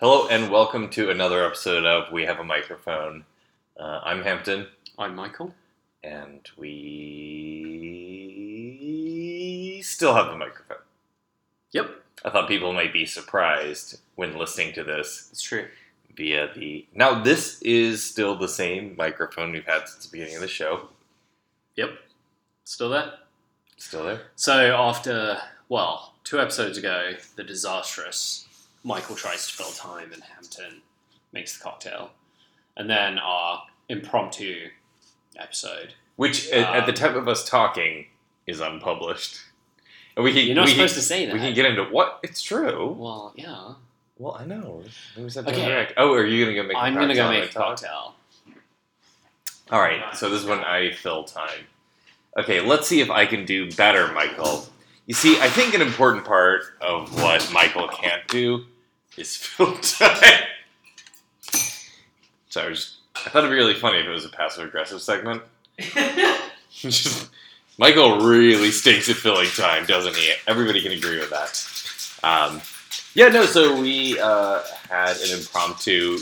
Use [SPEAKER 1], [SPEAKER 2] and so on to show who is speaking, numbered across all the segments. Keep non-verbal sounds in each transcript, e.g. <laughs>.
[SPEAKER 1] Hello and welcome to another episode of We Have a Microphone. Uh, I'm Hampton,
[SPEAKER 2] I'm Michael.
[SPEAKER 1] and we still have the microphone.
[SPEAKER 2] Yep,
[SPEAKER 1] I thought people might be surprised when listening to this
[SPEAKER 2] it's true.
[SPEAKER 1] via the. Now, this is still the same microphone we've had since the beginning of the show.
[SPEAKER 2] Yep, still there.
[SPEAKER 1] Still there?
[SPEAKER 2] So after well, two episodes ago, the disastrous Michael tries to fill time, and Hampton makes the cocktail, and then our impromptu episode.
[SPEAKER 1] Which, at, at the
[SPEAKER 2] Um,
[SPEAKER 1] time of us talking, is unpublished. And we can,
[SPEAKER 2] You're not
[SPEAKER 1] we can-
[SPEAKER 2] supposed to say that.
[SPEAKER 1] We can get into what? It's true.
[SPEAKER 2] well, yeah,
[SPEAKER 1] Well, I know. We just have to
[SPEAKER 2] Okay.
[SPEAKER 1] interact. Oh, are you gonna go make? a
[SPEAKER 2] I'm gonna go
[SPEAKER 1] cocktail
[SPEAKER 2] make a
[SPEAKER 1] and talk?
[SPEAKER 2] cocktail.
[SPEAKER 1] All right. So this is when I fill time. Okay, let's see if I can do better, Michael. You see, I think an important part of what Michael can't do is <laughs> fill time. So I was. I thought it'd be really funny if it was a passive aggressive segment. <laughs> Just- Michael really stinks at filling time, doesn't he? Everybody can agree with that. Um, yeah, no, so we uh, had an impromptu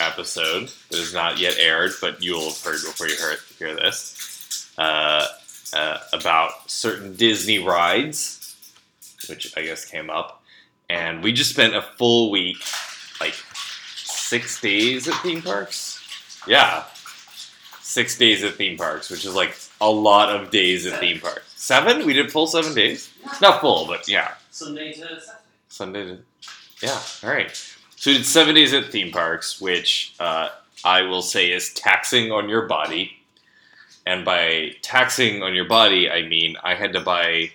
[SPEAKER 1] episode that is not yet aired, but you will have heard before you hear, hear this uh, uh, about certain Disney rides, which I guess came up. And we just spent a full week, like six days at theme parks. Yeah, six days at theme parks, which is like a lot of days at theme parks. Seven? We did full seven days? Not full, but yeah.
[SPEAKER 2] <laughs> Sunday to Saturday.
[SPEAKER 1] Sunday to. Yeah, all right. So we did seven days at theme parks, which uh, I will say is taxing on your body. And by taxing on your body, I mean I had to buy,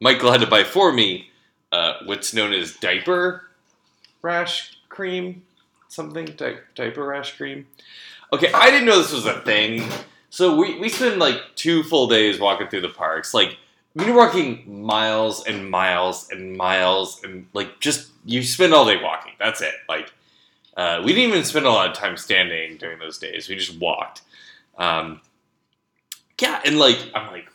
[SPEAKER 1] Michael had to buy for me uh, what's known as diaper rash cream, something, di- diaper rash cream. Okay, I didn't know this was a thing. So we, we spend like two full days walking through the parks. Like, we were walking miles and miles and miles and like just you spend all day walking. That's it. Like uh, we didn't even spend a lot of time standing during those days. We just walked. Um, yeah, and like I'm like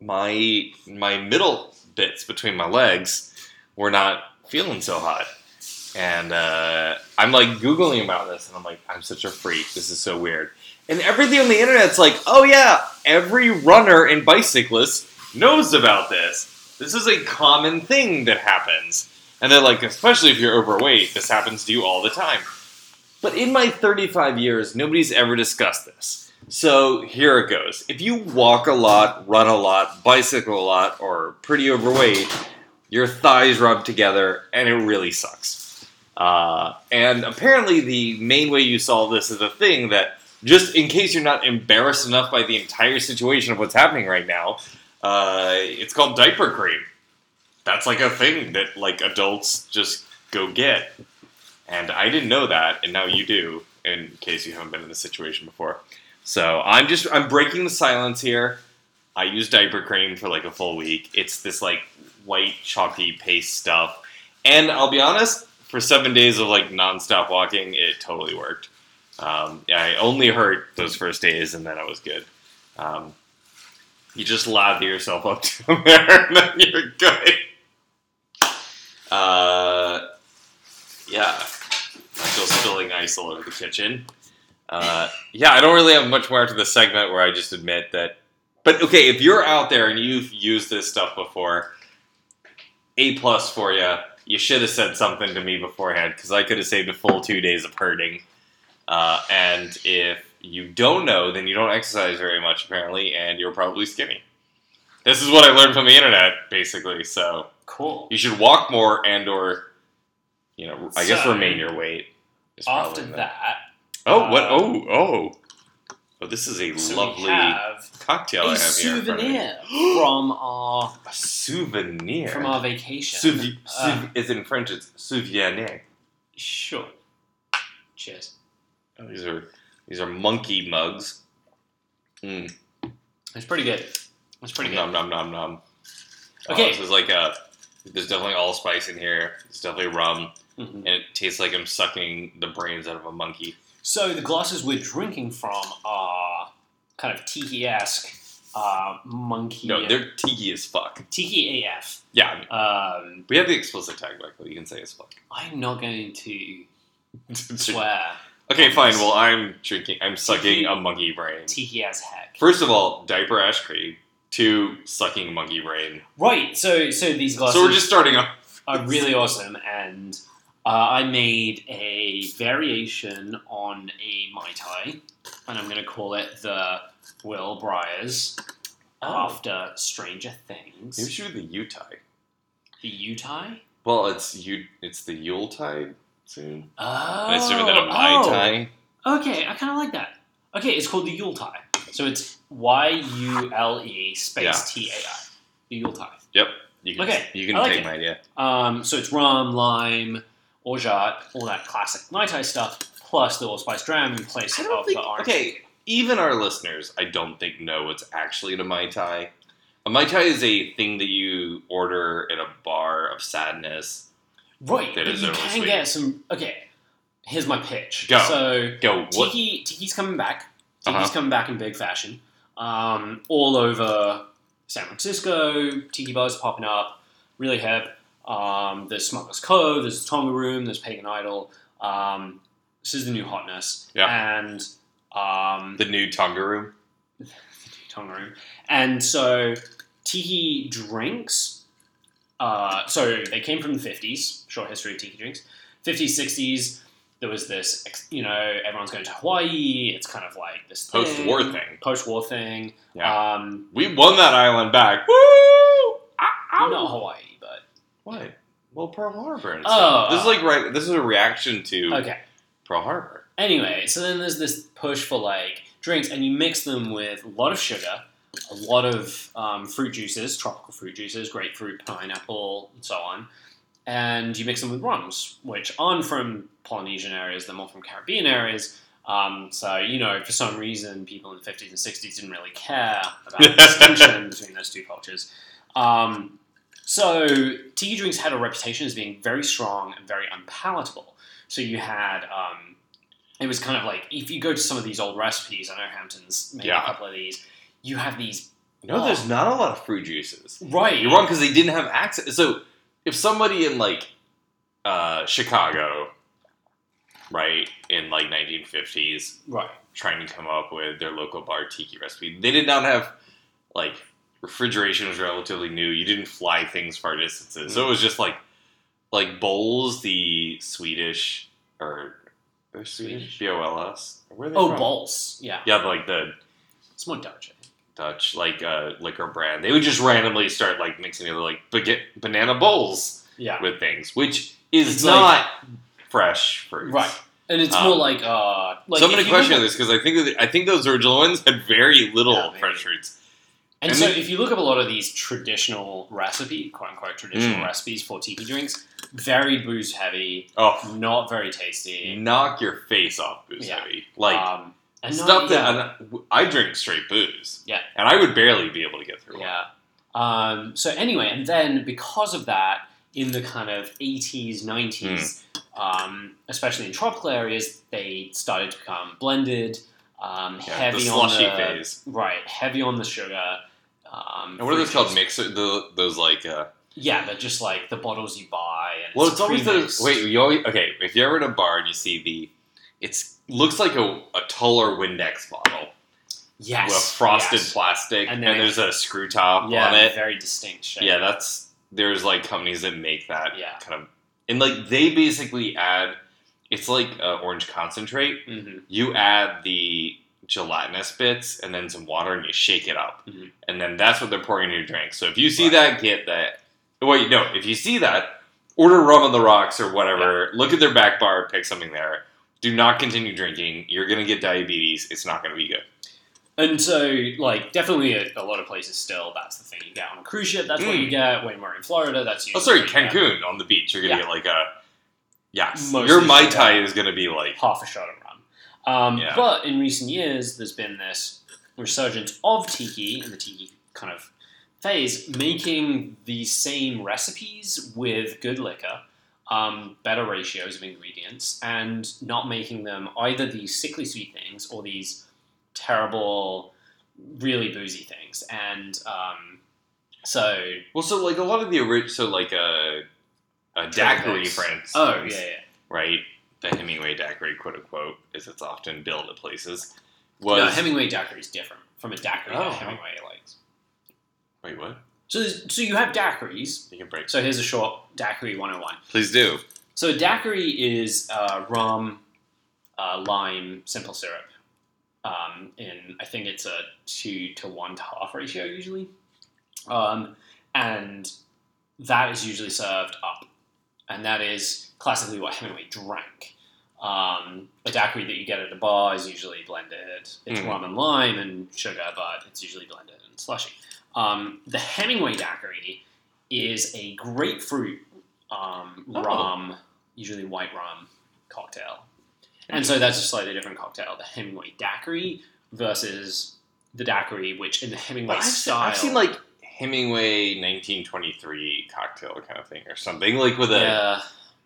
[SPEAKER 1] my my middle bits between my legs were not feeling so hot, and uh, I'm like googling about this, and I'm like I'm such a freak. This is so weird. And everything on the internet's like, oh yeah, every runner and bicyclist knows about this. This is a common thing that happens. And they're like, especially if you're overweight, this happens to you all the time. But in my 35 years, nobody's ever discussed this. So here it goes. If you walk a lot, run a lot, bicycle a lot, or are pretty overweight, your thighs rub together and it really sucks. Uh, and apparently, the main way you solve this is a thing that just in case you're not embarrassed enough by the entire situation of what's happening right now, uh, it's called diaper cream. That's like a thing that like adults just go get. And I didn't know that, and now you do. In case you haven't been in this situation before, so I'm just I'm breaking the silence here. I use diaper cream for like a full week. It's this like white chalky paste stuff, and I'll be honest, for seven days of like nonstop walking, it totally worked. Um, I only hurt those first days, and then I was good. Um, you just lather yourself up to <laughs> there, and then you're good. Uh, yeah, Michael's spilling ice all over the kitchen. Uh, yeah, I don't really have much more after this segment where I just admit that. But okay, if you're out there and you've used this stuff before, a plus for you. You should have said something to me beforehand because I could have saved a full two days of hurting. Uh, and if you don't know, then you don't exercise very much, apparently, and you're probably skinny. This is what I learned from the internet, basically. So
[SPEAKER 2] Cool.
[SPEAKER 1] you should walk more and or, you know, I guess
[SPEAKER 2] So,
[SPEAKER 1] remain your weight. is
[SPEAKER 2] After
[SPEAKER 1] probably the-
[SPEAKER 2] that,
[SPEAKER 1] Oh, what?
[SPEAKER 2] uh,
[SPEAKER 1] Oh, oh. Oh, this is a
[SPEAKER 2] so we
[SPEAKER 1] lovely
[SPEAKER 2] have
[SPEAKER 1] cocktail I
[SPEAKER 2] a
[SPEAKER 1] have here. in front of me. <gasps>
[SPEAKER 2] souvenir from our
[SPEAKER 1] A souvenir.
[SPEAKER 2] from our vacation.
[SPEAKER 1] Souvi-
[SPEAKER 2] Uh,
[SPEAKER 1] souv- is in French, it's souvenir.
[SPEAKER 2] Sure. Cheers.
[SPEAKER 1] Oh, These are these are monkey mugs. Mm.
[SPEAKER 2] It's pretty good. It's pretty
[SPEAKER 1] nom,
[SPEAKER 2] good.
[SPEAKER 1] Nom nom nom. Oh,
[SPEAKER 2] Okay.
[SPEAKER 1] this is like a. There's definitely allspice in here. It's definitely rum,
[SPEAKER 2] Mhm.
[SPEAKER 1] and it tastes like I'm sucking the brains out of a monkey.
[SPEAKER 2] So the glasses we're drinking from are kind of tiki-esque, uh, monkey,
[SPEAKER 1] No, they're tiki as fuck.
[SPEAKER 2] tiki AF.
[SPEAKER 1] Yeah, I mean,
[SPEAKER 2] Um,
[SPEAKER 1] we have the explicit tag, Michael. You can say as fuck. <laughs>
[SPEAKER 2] I'm not going to Swear.
[SPEAKER 1] okay, fine. Well, I'm drinking. I'm sucking a monkey brain.
[SPEAKER 2] Tiki as heck.
[SPEAKER 1] First of all, diaper ash cream. Two, sucking monkey brain.
[SPEAKER 2] Right. So so these glasses
[SPEAKER 1] So we're just starting off.
[SPEAKER 2] are really awesome, and uh, I made a variation on a mai tai, and I'm going to call it the Will Briars
[SPEAKER 1] Oh.
[SPEAKER 2] after Stranger
[SPEAKER 1] Maybe we
[SPEAKER 2] Things.
[SPEAKER 1] should do the Utah.
[SPEAKER 2] The Utai.
[SPEAKER 1] Well, it's you. It's the Yule tide soon.
[SPEAKER 2] Oh,
[SPEAKER 1] And it's different than a Mai
[SPEAKER 2] oh.
[SPEAKER 1] Tai.
[SPEAKER 2] Okay, I kind of like that. Okay, it's called the Yule Tide. So it's Y U L E
[SPEAKER 1] Yeah.
[SPEAKER 2] space T A I. The Yule Tide.
[SPEAKER 1] You can,
[SPEAKER 2] Okay,
[SPEAKER 1] you can
[SPEAKER 2] I like
[SPEAKER 1] take
[SPEAKER 2] it.
[SPEAKER 1] my idea.
[SPEAKER 2] Um, so it's rum, lime, orgeat, all that classic Mai Tai stuff, plus the allspice dram in place
[SPEAKER 1] I
[SPEAKER 2] of
[SPEAKER 1] don't think.
[SPEAKER 2] the orange.
[SPEAKER 1] Okay, even our listeners, I don't think know what's actually in a mai tai. A mai tai is a thing that you order in a bar of sadness.
[SPEAKER 2] Right,
[SPEAKER 1] That
[SPEAKER 2] but
[SPEAKER 1] is
[SPEAKER 2] you
[SPEAKER 1] overly
[SPEAKER 2] can
[SPEAKER 1] sweet.
[SPEAKER 2] get some. Okay, here's my pitch.
[SPEAKER 1] Go.
[SPEAKER 2] So
[SPEAKER 1] Go Um, what?
[SPEAKER 2] Tiki, Tiki's coming back. Tiki's
[SPEAKER 1] Uh-huh.
[SPEAKER 2] coming back in big fashion. Um, all over San Francisco, Tiki bars popping up, really hip. Um, there's Smuggler's Cove, there's the Tonga Room, there's Pagan Idol. Um, this is the new hotness.
[SPEAKER 1] Yeah.
[SPEAKER 2] And um,
[SPEAKER 1] The new Tonga room.
[SPEAKER 2] tongue room. And so tiki drinks. Uh, so they came from the fifties. Short history of tiki drinks. Fifties, sixties. There was this, ex- you know, everyone's going to Hawaii. It's kind of like this
[SPEAKER 1] Post-war thing.
[SPEAKER 2] Post-war thing.
[SPEAKER 1] Yeah.
[SPEAKER 2] Um,
[SPEAKER 1] We won that island back. Woo! Ow, ow.
[SPEAKER 2] not Hawaii, but
[SPEAKER 1] What? Well, Pearl Harbor. And
[SPEAKER 2] Oh,
[SPEAKER 1] stuff. this
[SPEAKER 2] uh,
[SPEAKER 1] is like right. This is a reaction to
[SPEAKER 2] okay.
[SPEAKER 1] Pearl Harbor.
[SPEAKER 2] Anyway, so then there's this push for like drinks, and you mix them with a lot of sugar, a lot of um, fruit juices, tropical fruit juices, grapefruit, pineapple, and so on. And you mix them with rums, which aren't from Polynesian areas, they're more from Caribbean areas. Um, so, you know, for some reason, people in the 50s and 60s didn't really care about <laughs> the distinction between those two cultures. Um, so, tea drinks had a reputation as being very strong and very unpalatable. So, you had um, it was kind of like if you go to some of these old recipes, I know Hampton's made
[SPEAKER 1] Yeah.
[SPEAKER 2] a couple of these. You have these
[SPEAKER 1] No,
[SPEAKER 2] Oh.
[SPEAKER 1] there's not a lot of fruit juices.
[SPEAKER 2] right.
[SPEAKER 1] You're wrong because they didn't have access. So if somebody in like uh, Chicago, right in like 1950s,
[SPEAKER 2] Right.
[SPEAKER 1] trying to come up with their local bar tiki recipe, they did not have like refrigeration was relatively new. You didn't fly things far distances, so it was just like like bowls, the Swedish or they're Swedish,
[SPEAKER 2] Swedish?
[SPEAKER 1] B O L S. Where are they
[SPEAKER 2] Oh,
[SPEAKER 1] from?
[SPEAKER 2] balls. Yeah.
[SPEAKER 1] Yeah, like the
[SPEAKER 2] It's more Dutch. I think.
[SPEAKER 1] Dutch like uh, liquor brand. They would just randomly start like mixing together like baguette, banana bowls
[SPEAKER 2] Yeah.
[SPEAKER 1] with things, which is
[SPEAKER 2] It's like-
[SPEAKER 1] not fresh fruits.
[SPEAKER 2] Right. And it's
[SPEAKER 1] Um,
[SPEAKER 2] more like uh. Like
[SPEAKER 1] so I'm
[SPEAKER 2] if
[SPEAKER 1] going to
[SPEAKER 2] you
[SPEAKER 1] question
[SPEAKER 2] look-
[SPEAKER 1] this because I think that, I think those original ones had very little
[SPEAKER 2] Yeah, maybe.
[SPEAKER 1] fresh fruits.
[SPEAKER 2] And,
[SPEAKER 1] and
[SPEAKER 2] so,
[SPEAKER 1] if-
[SPEAKER 2] if you look up a lot of these traditional recipe, quote unquote traditional
[SPEAKER 1] Mm.
[SPEAKER 2] recipes for tiki drinks, very booze heavy,
[SPEAKER 1] Oh,
[SPEAKER 2] not very tasty.
[SPEAKER 1] knock your face off, booze
[SPEAKER 2] Yeah.
[SPEAKER 1] heavy. Like
[SPEAKER 2] um, and not
[SPEAKER 1] stuff
[SPEAKER 2] even-
[SPEAKER 1] that and I drink straight booze.
[SPEAKER 2] Yeah.
[SPEAKER 1] and I would barely be able to get through. one.
[SPEAKER 2] Yeah. Um, so anyway, and then because of that, in the kind of 80s, 90s,
[SPEAKER 1] Mm.
[SPEAKER 2] um, especially in tropical areas, they started to become blended, um,
[SPEAKER 1] Yeah,
[SPEAKER 2] heavy
[SPEAKER 1] the
[SPEAKER 2] on
[SPEAKER 1] slushy
[SPEAKER 2] the
[SPEAKER 1] phase.
[SPEAKER 2] right, heavy on the sugar. Um,
[SPEAKER 1] And what are those
[SPEAKER 2] fruit
[SPEAKER 1] called?
[SPEAKER 2] juice.
[SPEAKER 1] Mixer? The, those like uh,
[SPEAKER 2] Yeah, they're just like the bottles you buy. And
[SPEAKER 1] Well, it's always the
[SPEAKER 2] pre-mixed.
[SPEAKER 1] wait. You always okay. If you're ever in a bar and you see the, it's looks like a, a taller Windex bottle
[SPEAKER 2] yes,
[SPEAKER 1] with frosted
[SPEAKER 2] yes.
[SPEAKER 1] plastic,
[SPEAKER 2] And
[SPEAKER 1] and,
[SPEAKER 2] then it-
[SPEAKER 1] there's a screw top
[SPEAKER 2] yeah,
[SPEAKER 1] on it.
[SPEAKER 2] very distinct shape.
[SPEAKER 1] Yeah, that's there's like companies that make that
[SPEAKER 2] Yeah.
[SPEAKER 1] kind of, and like they basically add. It's like uh, orange concentrate.
[SPEAKER 2] hmm
[SPEAKER 1] You add the gelatinous bits and then some water, and you shake it up,
[SPEAKER 2] Mhm.
[SPEAKER 1] and then that's what they're pouring in your drink. So if you see
[SPEAKER 2] Right.
[SPEAKER 1] that, get that. Wait, no. If you see that, order rum on the rocks or whatever. Look at their back bar, pick something there. Do not continue drinking. You're gonna get diabetes. It's not gonna be good.
[SPEAKER 2] And so, like, definitely a, a lot of places still, that's the thing you get on a cruise ship. That's what
[SPEAKER 1] Mm.
[SPEAKER 2] you get when we're in Florida. That's usually
[SPEAKER 1] Oh, sorry,
[SPEAKER 2] what you get.
[SPEAKER 1] Cancun on the beach. You're gonna
[SPEAKER 2] Yeah.
[SPEAKER 1] get like a yes.
[SPEAKER 2] Mostly
[SPEAKER 1] your mai
[SPEAKER 2] sugar.
[SPEAKER 1] tai is gonna be like
[SPEAKER 2] half a shot and run. Um,
[SPEAKER 1] Yeah.
[SPEAKER 2] But in recent years, there's been this resurgence of tiki and the tiki kind of phase, making the same recipes with good liquor, um, better ratios of ingredients, and not making them either these sickly sweet things or these terrible, really boozy things. And um, so,
[SPEAKER 1] well. So like a lot of the original. So like a a daiquiri,
[SPEAKER 2] Tropics.
[SPEAKER 1] for instance.
[SPEAKER 2] oh yeah, yeah,
[SPEAKER 1] right? the Hemingway daiquiri, quote unquote, as it's often billed at places, was
[SPEAKER 2] No, Hemingway daiquiri is different from a daiquiri
[SPEAKER 1] Oh.
[SPEAKER 2] that Hemingway likes.
[SPEAKER 1] wait what?
[SPEAKER 2] So, there's- so you have daiquiris.
[SPEAKER 1] You can break.
[SPEAKER 2] So here's a short daiquiri 101.
[SPEAKER 1] Please do.
[SPEAKER 2] So a daiquiri is uh, rum, uh, lime, simple syrup. Um, in I think it's a two to one to half ratio usually, um, and that is usually served up, and that is classically what Hemingway drank. Um, a daiquiri that you get at a bar is usually blended. It's
[SPEAKER 1] Mhm.
[SPEAKER 2] rum and lime and sugar, but it's usually blended and slushy. Um, the Hemingway daiquiri is a grapefruit um,
[SPEAKER 1] Oh.
[SPEAKER 2] rum, usually white rum cocktail. And so that's a slightly different cocktail, the Hemingway daiquiri versus the daiquiri, which in the Hemingway
[SPEAKER 1] I've, seen-
[SPEAKER 2] style.
[SPEAKER 1] I've seen like Hemingway 1923 cocktail kind of thing or something like with a
[SPEAKER 2] yeah,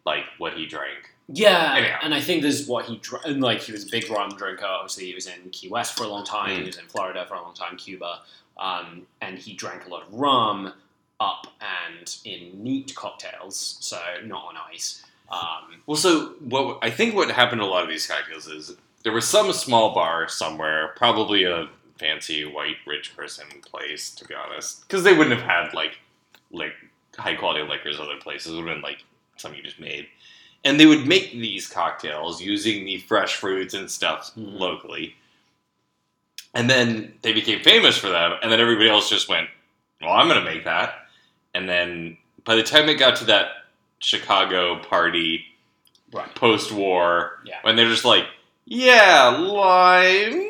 [SPEAKER 1] like what he drank.
[SPEAKER 2] yeah,
[SPEAKER 1] Anyhow.
[SPEAKER 2] and I think this is what he dr- and like he was a big rum drinker. Obviously, he was in Key West for a long time. He
[SPEAKER 1] Mm.
[SPEAKER 2] was in Florida for a long time, Cuba, um, and he drank a lot of rum up and in neat cocktails, so not on ice. Um,
[SPEAKER 1] Well, so what I think what happened to a lot of these cocktails is there was some small bar somewhere, probably a fancy white rich person place, to be honest, because they wouldn't have had like like high quality liquors other places. It would have been like something you just made, and they would make these cocktails using the fresh fruits and stuff
[SPEAKER 2] Mhm.
[SPEAKER 1] locally. And then they became famous for them, and then everybody else just went, "Well, I'm going to make that." And then by the time it got to that Chicago party
[SPEAKER 2] right.
[SPEAKER 1] post war
[SPEAKER 2] Yeah.
[SPEAKER 1] when they're just like, yeah, limes,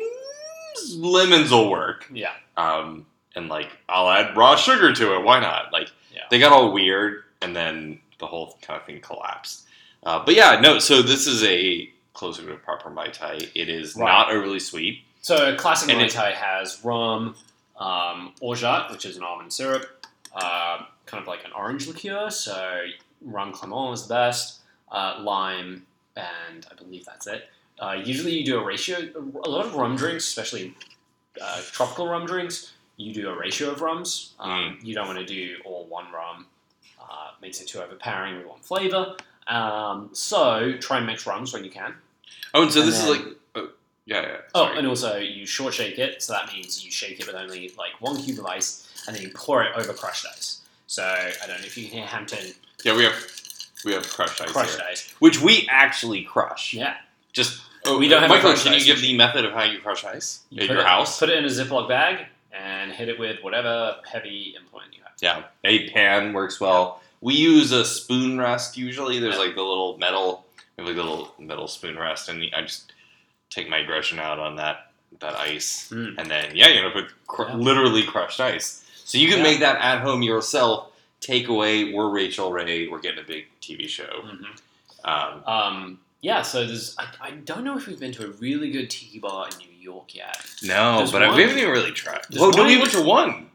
[SPEAKER 1] lemons will work.
[SPEAKER 2] Yeah.
[SPEAKER 1] Um, and like, I'll add raw sugar to it. Why not? Like,
[SPEAKER 2] Yeah.
[SPEAKER 1] they got all weird and then the whole kind of thing collapsed. Uh, but yeah, no, so this is a closer to a proper Mai Tai. It is
[SPEAKER 2] Right.
[SPEAKER 1] not overly sweet.
[SPEAKER 2] So a classic
[SPEAKER 1] And
[SPEAKER 2] Mai
[SPEAKER 1] it-
[SPEAKER 2] Tai has rum, um, orgeat, which is an almond syrup, uh, kind of like an orange liqueur. So rum clément is the best, uh, lime, and I believe that's it. Uh, usually you do a ratio. A lot of rum drinks, especially uh, tropical rum drinks, you do a ratio of rums. Um,
[SPEAKER 1] Mm.
[SPEAKER 2] You don't want to do all one rum. Uh, makes it too overpowering with one flavor. Um, so try and mix rums when you can.
[SPEAKER 1] Oh, and so
[SPEAKER 2] And
[SPEAKER 1] this is
[SPEAKER 2] then-
[SPEAKER 1] like, oh, yeah, yeah.
[SPEAKER 2] Oh,
[SPEAKER 1] sorry.
[SPEAKER 2] and also you short shake it, so that means you shake it with only like one cube of ice, and then you pour it over crushed ice. So I don't know if you can hear Hampton
[SPEAKER 1] yeah, we have we have crushed ice
[SPEAKER 2] crushed
[SPEAKER 1] here,
[SPEAKER 2] ice.
[SPEAKER 1] which we actually crush.
[SPEAKER 2] Yeah,
[SPEAKER 1] Just oh,
[SPEAKER 2] We don't have a
[SPEAKER 1] Michael.
[SPEAKER 2] crushed
[SPEAKER 1] Can you
[SPEAKER 2] ice
[SPEAKER 1] give the method of how you crush ice
[SPEAKER 2] You
[SPEAKER 1] at
[SPEAKER 2] put
[SPEAKER 1] your
[SPEAKER 2] it-
[SPEAKER 1] house?
[SPEAKER 2] Put it in a Ziploc bag and hit it with whatever heavy implement you have.
[SPEAKER 1] Yeah, a pan works well. We use a spoon rest usually. There's like the little metal, we have like a little metal spoon rest, and I just take my aggression out on that that ice,
[SPEAKER 2] Mm.
[SPEAKER 1] and then yeah, you know, put cr-
[SPEAKER 2] Yeah.
[SPEAKER 1] literally crushed ice. So you can
[SPEAKER 2] Yeah.
[SPEAKER 1] make that at home yourself. Take away, we're Rachel Ray. We're getting a big TV show.
[SPEAKER 2] Mhm.
[SPEAKER 1] Um,
[SPEAKER 2] Um, yeah, so there's I, I don't know if we've been to a really good tiki bar in New York yet.
[SPEAKER 1] no,
[SPEAKER 2] There's
[SPEAKER 1] but I-
[SPEAKER 2] one-
[SPEAKER 1] we haven't even really tried.
[SPEAKER 2] There's
[SPEAKER 1] Well, no, we
[SPEAKER 2] one-
[SPEAKER 1] went to one.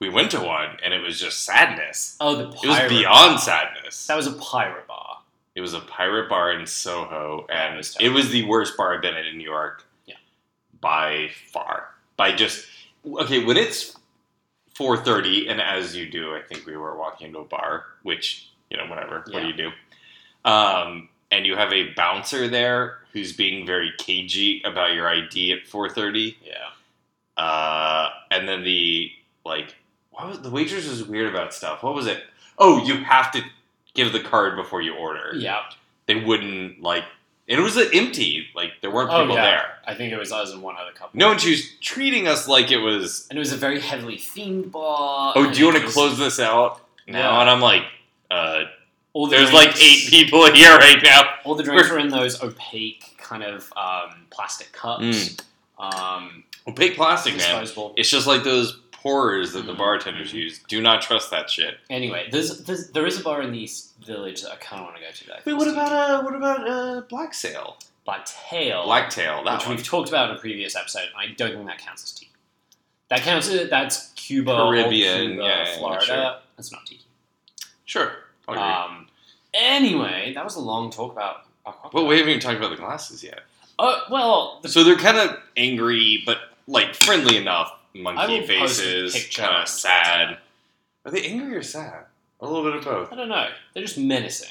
[SPEAKER 1] We went to one, and it was just sadness.
[SPEAKER 2] Oh, the pirate
[SPEAKER 1] It was
[SPEAKER 2] bar.
[SPEAKER 1] beyond sadness.
[SPEAKER 2] That was a pirate bar.
[SPEAKER 1] It was a pirate bar in Soho,
[SPEAKER 2] Yeah, it
[SPEAKER 1] and
[SPEAKER 2] was
[SPEAKER 1] it
[SPEAKER 2] terrible.
[SPEAKER 1] was the worst bar I've been in in New York.
[SPEAKER 2] Oh, Yeah.
[SPEAKER 1] by far. By just okay when it's four thirty, and as you do, I think we were walking into a bar, which you know, whatever. What do
[SPEAKER 2] Yeah.
[SPEAKER 1] you do? Um, and you have a bouncer there who's being very cagey about your ID at four thirty.
[SPEAKER 2] Yeah.
[SPEAKER 1] Uh, and then the like, what was the waitress was weird about stuff. What was it? Oh, you have to give the card before you order
[SPEAKER 2] Yeah.
[SPEAKER 1] they wouldn't like and it was uh, empty like there weren't
[SPEAKER 2] Oh,
[SPEAKER 1] people
[SPEAKER 2] yeah.
[SPEAKER 1] there
[SPEAKER 2] I think it was us and one other couple.
[SPEAKER 1] no and she was treating us like it was
[SPEAKER 2] and it was a very heavily themed bar.
[SPEAKER 1] oh
[SPEAKER 2] and
[SPEAKER 1] do you want
[SPEAKER 2] it
[SPEAKER 1] to
[SPEAKER 2] was-
[SPEAKER 1] close this out now
[SPEAKER 2] Yeah.
[SPEAKER 1] and i'm like uh,
[SPEAKER 2] All the
[SPEAKER 1] there's like
[SPEAKER 2] drinks,
[SPEAKER 1] eight <laughs> people here right now
[SPEAKER 2] All the drinks were in those opaque kind of um, plastic cups,
[SPEAKER 1] Mm.
[SPEAKER 2] um,
[SPEAKER 1] opaque plastic man
[SPEAKER 2] disposable.
[SPEAKER 1] it's Mm-hmm. just like those pourers that the
[SPEAKER 2] Mhm.
[SPEAKER 1] bartenders
[SPEAKER 2] Mhm.
[SPEAKER 1] use do not trust that shit
[SPEAKER 2] Anyway, there's, there's there is a bar in the East Village that I kind of want to go to. That I
[SPEAKER 1] wait
[SPEAKER 2] think
[SPEAKER 1] what
[SPEAKER 2] is
[SPEAKER 1] about
[SPEAKER 2] decent.
[SPEAKER 1] uh what about uh black sail
[SPEAKER 2] Black Tail,
[SPEAKER 1] black tail that
[SPEAKER 2] which
[SPEAKER 1] one
[SPEAKER 2] we've talked about in a previous episode? I don't think that counts as tiki. That counts. As, that's Cuba, old
[SPEAKER 1] Caribbean,
[SPEAKER 2] Cuba,
[SPEAKER 1] yeah, yeah, yeah,
[SPEAKER 2] Florida.
[SPEAKER 1] sure.
[SPEAKER 2] That's not tiki.
[SPEAKER 1] sure I'll agree.
[SPEAKER 2] Um, anyway, that was a long talk about. our
[SPEAKER 1] well
[SPEAKER 2] cocktail.
[SPEAKER 1] we haven't even talked about the glasses yet
[SPEAKER 2] Oh, well, the
[SPEAKER 1] So they're kind of angry, but like friendly enough.
[SPEAKER 2] I
[SPEAKER 1] Monkey
[SPEAKER 2] will post a
[SPEAKER 1] faces,
[SPEAKER 2] picture.
[SPEAKER 1] kind of sad. Are they angry or sad? A little bit of both.
[SPEAKER 2] I don't know. They're just menacing.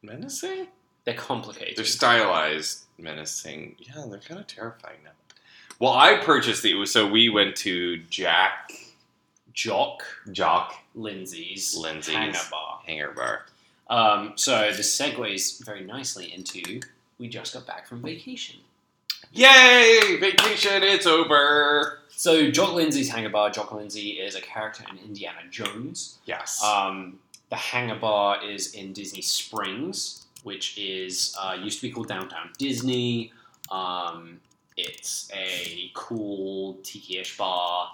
[SPEAKER 1] Menacing.
[SPEAKER 2] They're complicated.
[SPEAKER 1] They're stylized, menacing. Yeah, they're kind of terrifying now. Well, I purchased the so we went to Jack
[SPEAKER 2] Jock
[SPEAKER 1] Jock
[SPEAKER 2] Lindsay's,
[SPEAKER 1] Lindsay's.
[SPEAKER 2] Hangar Bar.
[SPEAKER 1] Hanger Bar.
[SPEAKER 2] Um, so this segues very nicely into we just got back from vacation.
[SPEAKER 1] Yay! Vacation, it's over.
[SPEAKER 2] So Jock Lindsay's Hangar Bar. Jock Lindsay is a character in Indiana Jones.
[SPEAKER 1] Yes.
[SPEAKER 2] Um, the Hangar Bar is in Disney Springs, which is uh, used to be called Downtown Disney. Um, it's a cool tiki-ish bar,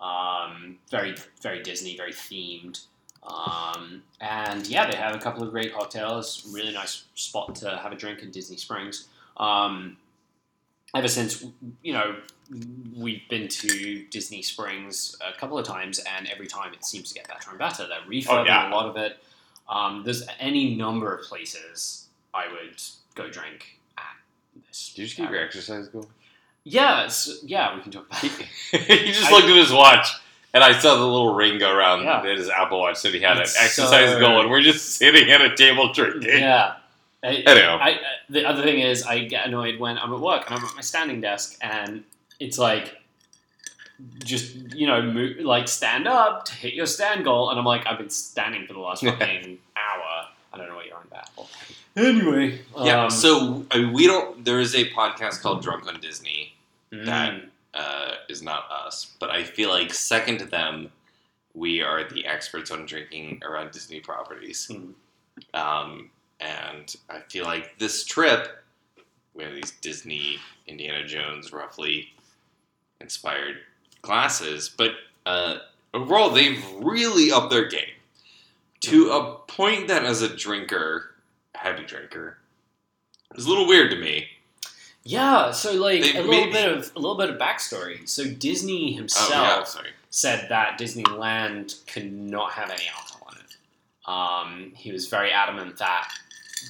[SPEAKER 2] um, very very Disney, very themed. Um, and yeah, they have a couple of great cocktails. Really nice spot to have a drink in Disney Springs. Um, ever since you know we've been to Disney Springs a couple of times, and every time it seems to get better and better. They're refurbing
[SPEAKER 1] Oh, yeah.
[SPEAKER 2] a lot of it. Um, there's any number of places I would go drink at this.
[SPEAKER 1] Did you just get your exercise going?
[SPEAKER 2] Yeah, it's, yeah, we can talk
[SPEAKER 1] <laughs>
[SPEAKER 2] about
[SPEAKER 1] he
[SPEAKER 2] it.
[SPEAKER 1] just
[SPEAKER 2] I-
[SPEAKER 1] looked at his watch, and I saw the little ring go around
[SPEAKER 2] Yeah.
[SPEAKER 1] his Apple Watch that he had an
[SPEAKER 2] It's
[SPEAKER 1] exercise
[SPEAKER 2] so-
[SPEAKER 1] going. We're just sitting at a table drinking.
[SPEAKER 2] yeah. I-
[SPEAKER 1] Anyhow,
[SPEAKER 2] I, I- the other thing is, I get annoyed when I'm at work and I'm at my standing desk, and it's like, just you know, move, like stand up to hit your stand goal, and I'm like, I've been standing for the last fucking hour. I don't know what you're on about. Anyway,
[SPEAKER 1] yeah.
[SPEAKER 2] um,
[SPEAKER 1] so I mean, we don't. There is a podcast called Drunk on Disney.
[SPEAKER 2] mm,
[SPEAKER 1] that- Uh, is not us, but I feel like second to them, we are the experts on drinking around Disney properties.
[SPEAKER 2] mm,
[SPEAKER 1] Um, and I feel like this trip, where these Disney, Indiana Jones, roughly inspired classes, but uh, overall, they've really upped their game to a point that, as a drinker, heavy drinker, is a little weird to me.
[SPEAKER 2] yeah. So like
[SPEAKER 1] They've
[SPEAKER 2] a little
[SPEAKER 1] made-
[SPEAKER 2] bit of a little bit of backstory. So Disney
[SPEAKER 1] Oh,
[SPEAKER 2] himself
[SPEAKER 1] yeah, sorry.
[SPEAKER 2] said that Disneyland could not have any alcohol in it. Um, he was very adamant that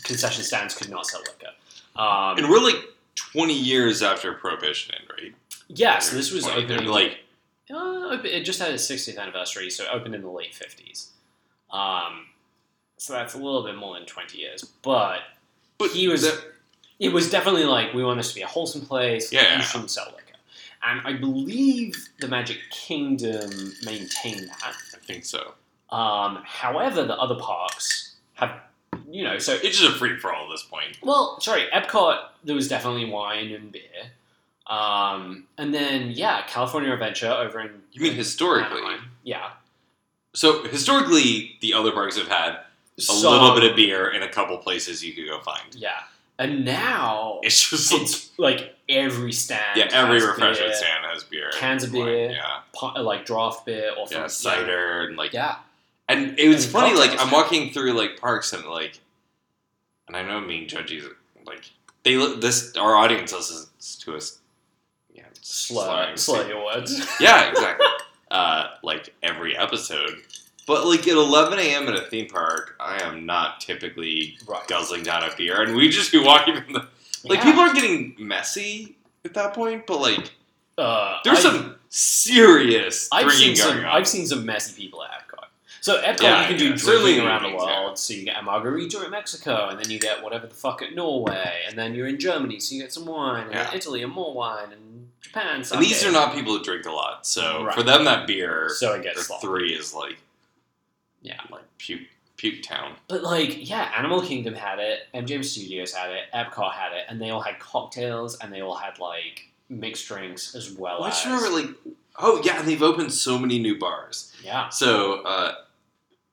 [SPEAKER 2] concession stands could not sell liquor. Um,
[SPEAKER 1] And we're like 20 years after Prohibition ended, right?
[SPEAKER 2] yeah, so this was
[SPEAKER 1] Like, they're
[SPEAKER 2] opening
[SPEAKER 1] like-
[SPEAKER 2] uh, op- it just had its 60th anniversary, so it opened in the late 50s. Um, so that's a little bit more than 20 years, but
[SPEAKER 1] But
[SPEAKER 2] He was-
[SPEAKER 1] that-
[SPEAKER 2] it was definitely like we want this to be a wholesome place.
[SPEAKER 1] Yeah.
[SPEAKER 2] you shouldn't sell liquor. And I believe the Magic Kingdom maintained that.
[SPEAKER 1] I think so.
[SPEAKER 2] Um, however, the other parks have, you know, so
[SPEAKER 1] It's just a free for all at this point.
[SPEAKER 2] well, sorry, Epcot there was definitely wine and beer, um, and then yeah, California Adventure over in
[SPEAKER 1] You mean historically?
[SPEAKER 2] Anaheim. yeah,
[SPEAKER 1] So historically, the other parks have had a
[SPEAKER 2] So-
[SPEAKER 1] little bit of beer in a couple places you could go find.
[SPEAKER 2] yeah, and now it's,
[SPEAKER 1] It's just
[SPEAKER 2] like every stand,
[SPEAKER 1] yeah, every
[SPEAKER 2] has
[SPEAKER 1] refreshment
[SPEAKER 2] beer,
[SPEAKER 1] stand has beer,
[SPEAKER 2] Cans of
[SPEAKER 1] Wine,
[SPEAKER 2] beer.
[SPEAKER 1] yeah,
[SPEAKER 2] po- like draft beer or
[SPEAKER 1] yeah,
[SPEAKER 2] from-
[SPEAKER 1] cider and like,
[SPEAKER 2] yeah,
[SPEAKER 1] and it was
[SPEAKER 2] And
[SPEAKER 1] funny. Like
[SPEAKER 2] cocktails.
[SPEAKER 1] I'm walking through like parks and like, and I know I'm being judgy. Like they li- this our audience listens to us. Yeah,
[SPEAKER 2] slow,
[SPEAKER 1] slurring.
[SPEAKER 2] slow your words. <laughs>
[SPEAKER 1] Yeah, exactly. <laughs> uh, like every episode. But like at 11 a.m. at a theme park, I am not typically
[SPEAKER 2] right,
[SPEAKER 1] guzzling down a beer, and we just be walking. From the, like
[SPEAKER 2] Yeah.
[SPEAKER 1] people are getting messy at that point, but like
[SPEAKER 2] Uh,
[SPEAKER 1] there's
[SPEAKER 2] I-
[SPEAKER 1] some serious
[SPEAKER 2] I've
[SPEAKER 1] drinking
[SPEAKER 2] seen
[SPEAKER 1] going
[SPEAKER 2] some.
[SPEAKER 1] on.
[SPEAKER 2] I've seen some messy people at Epcot. So Epcot,
[SPEAKER 1] Yeah,
[SPEAKER 2] you can
[SPEAKER 1] yeah,
[SPEAKER 2] do
[SPEAKER 1] certainly
[SPEAKER 2] drinking around the
[SPEAKER 1] things, yeah.
[SPEAKER 2] world. So you get a margarita at Mexico, and then you get whatever the fuck at Norway, and then you're in Germany, so you get some wine, and
[SPEAKER 1] Yeah.
[SPEAKER 2] then Italy, and more wine, and Japan.
[SPEAKER 1] and these
[SPEAKER 2] sake.
[SPEAKER 1] are not people who drink a lot, so
[SPEAKER 2] Right.
[SPEAKER 1] for them that beer
[SPEAKER 2] So it
[SPEAKER 1] or
[SPEAKER 2] gets sloppy.
[SPEAKER 1] three is like
[SPEAKER 2] Yeah.
[SPEAKER 1] like puke puke town.
[SPEAKER 2] But like, yeah, Animal Kingdom had it, MGM Studios had it, Epcot had it, and they all had cocktails, and they all had like mixed drinks as well.
[SPEAKER 1] What's
[SPEAKER 2] as,
[SPEAKER 1] your like? Oh yeah, and they've opened so many new bars.
[SPEAKER 2] Yeah,
[SPEAKER 1] So, uh,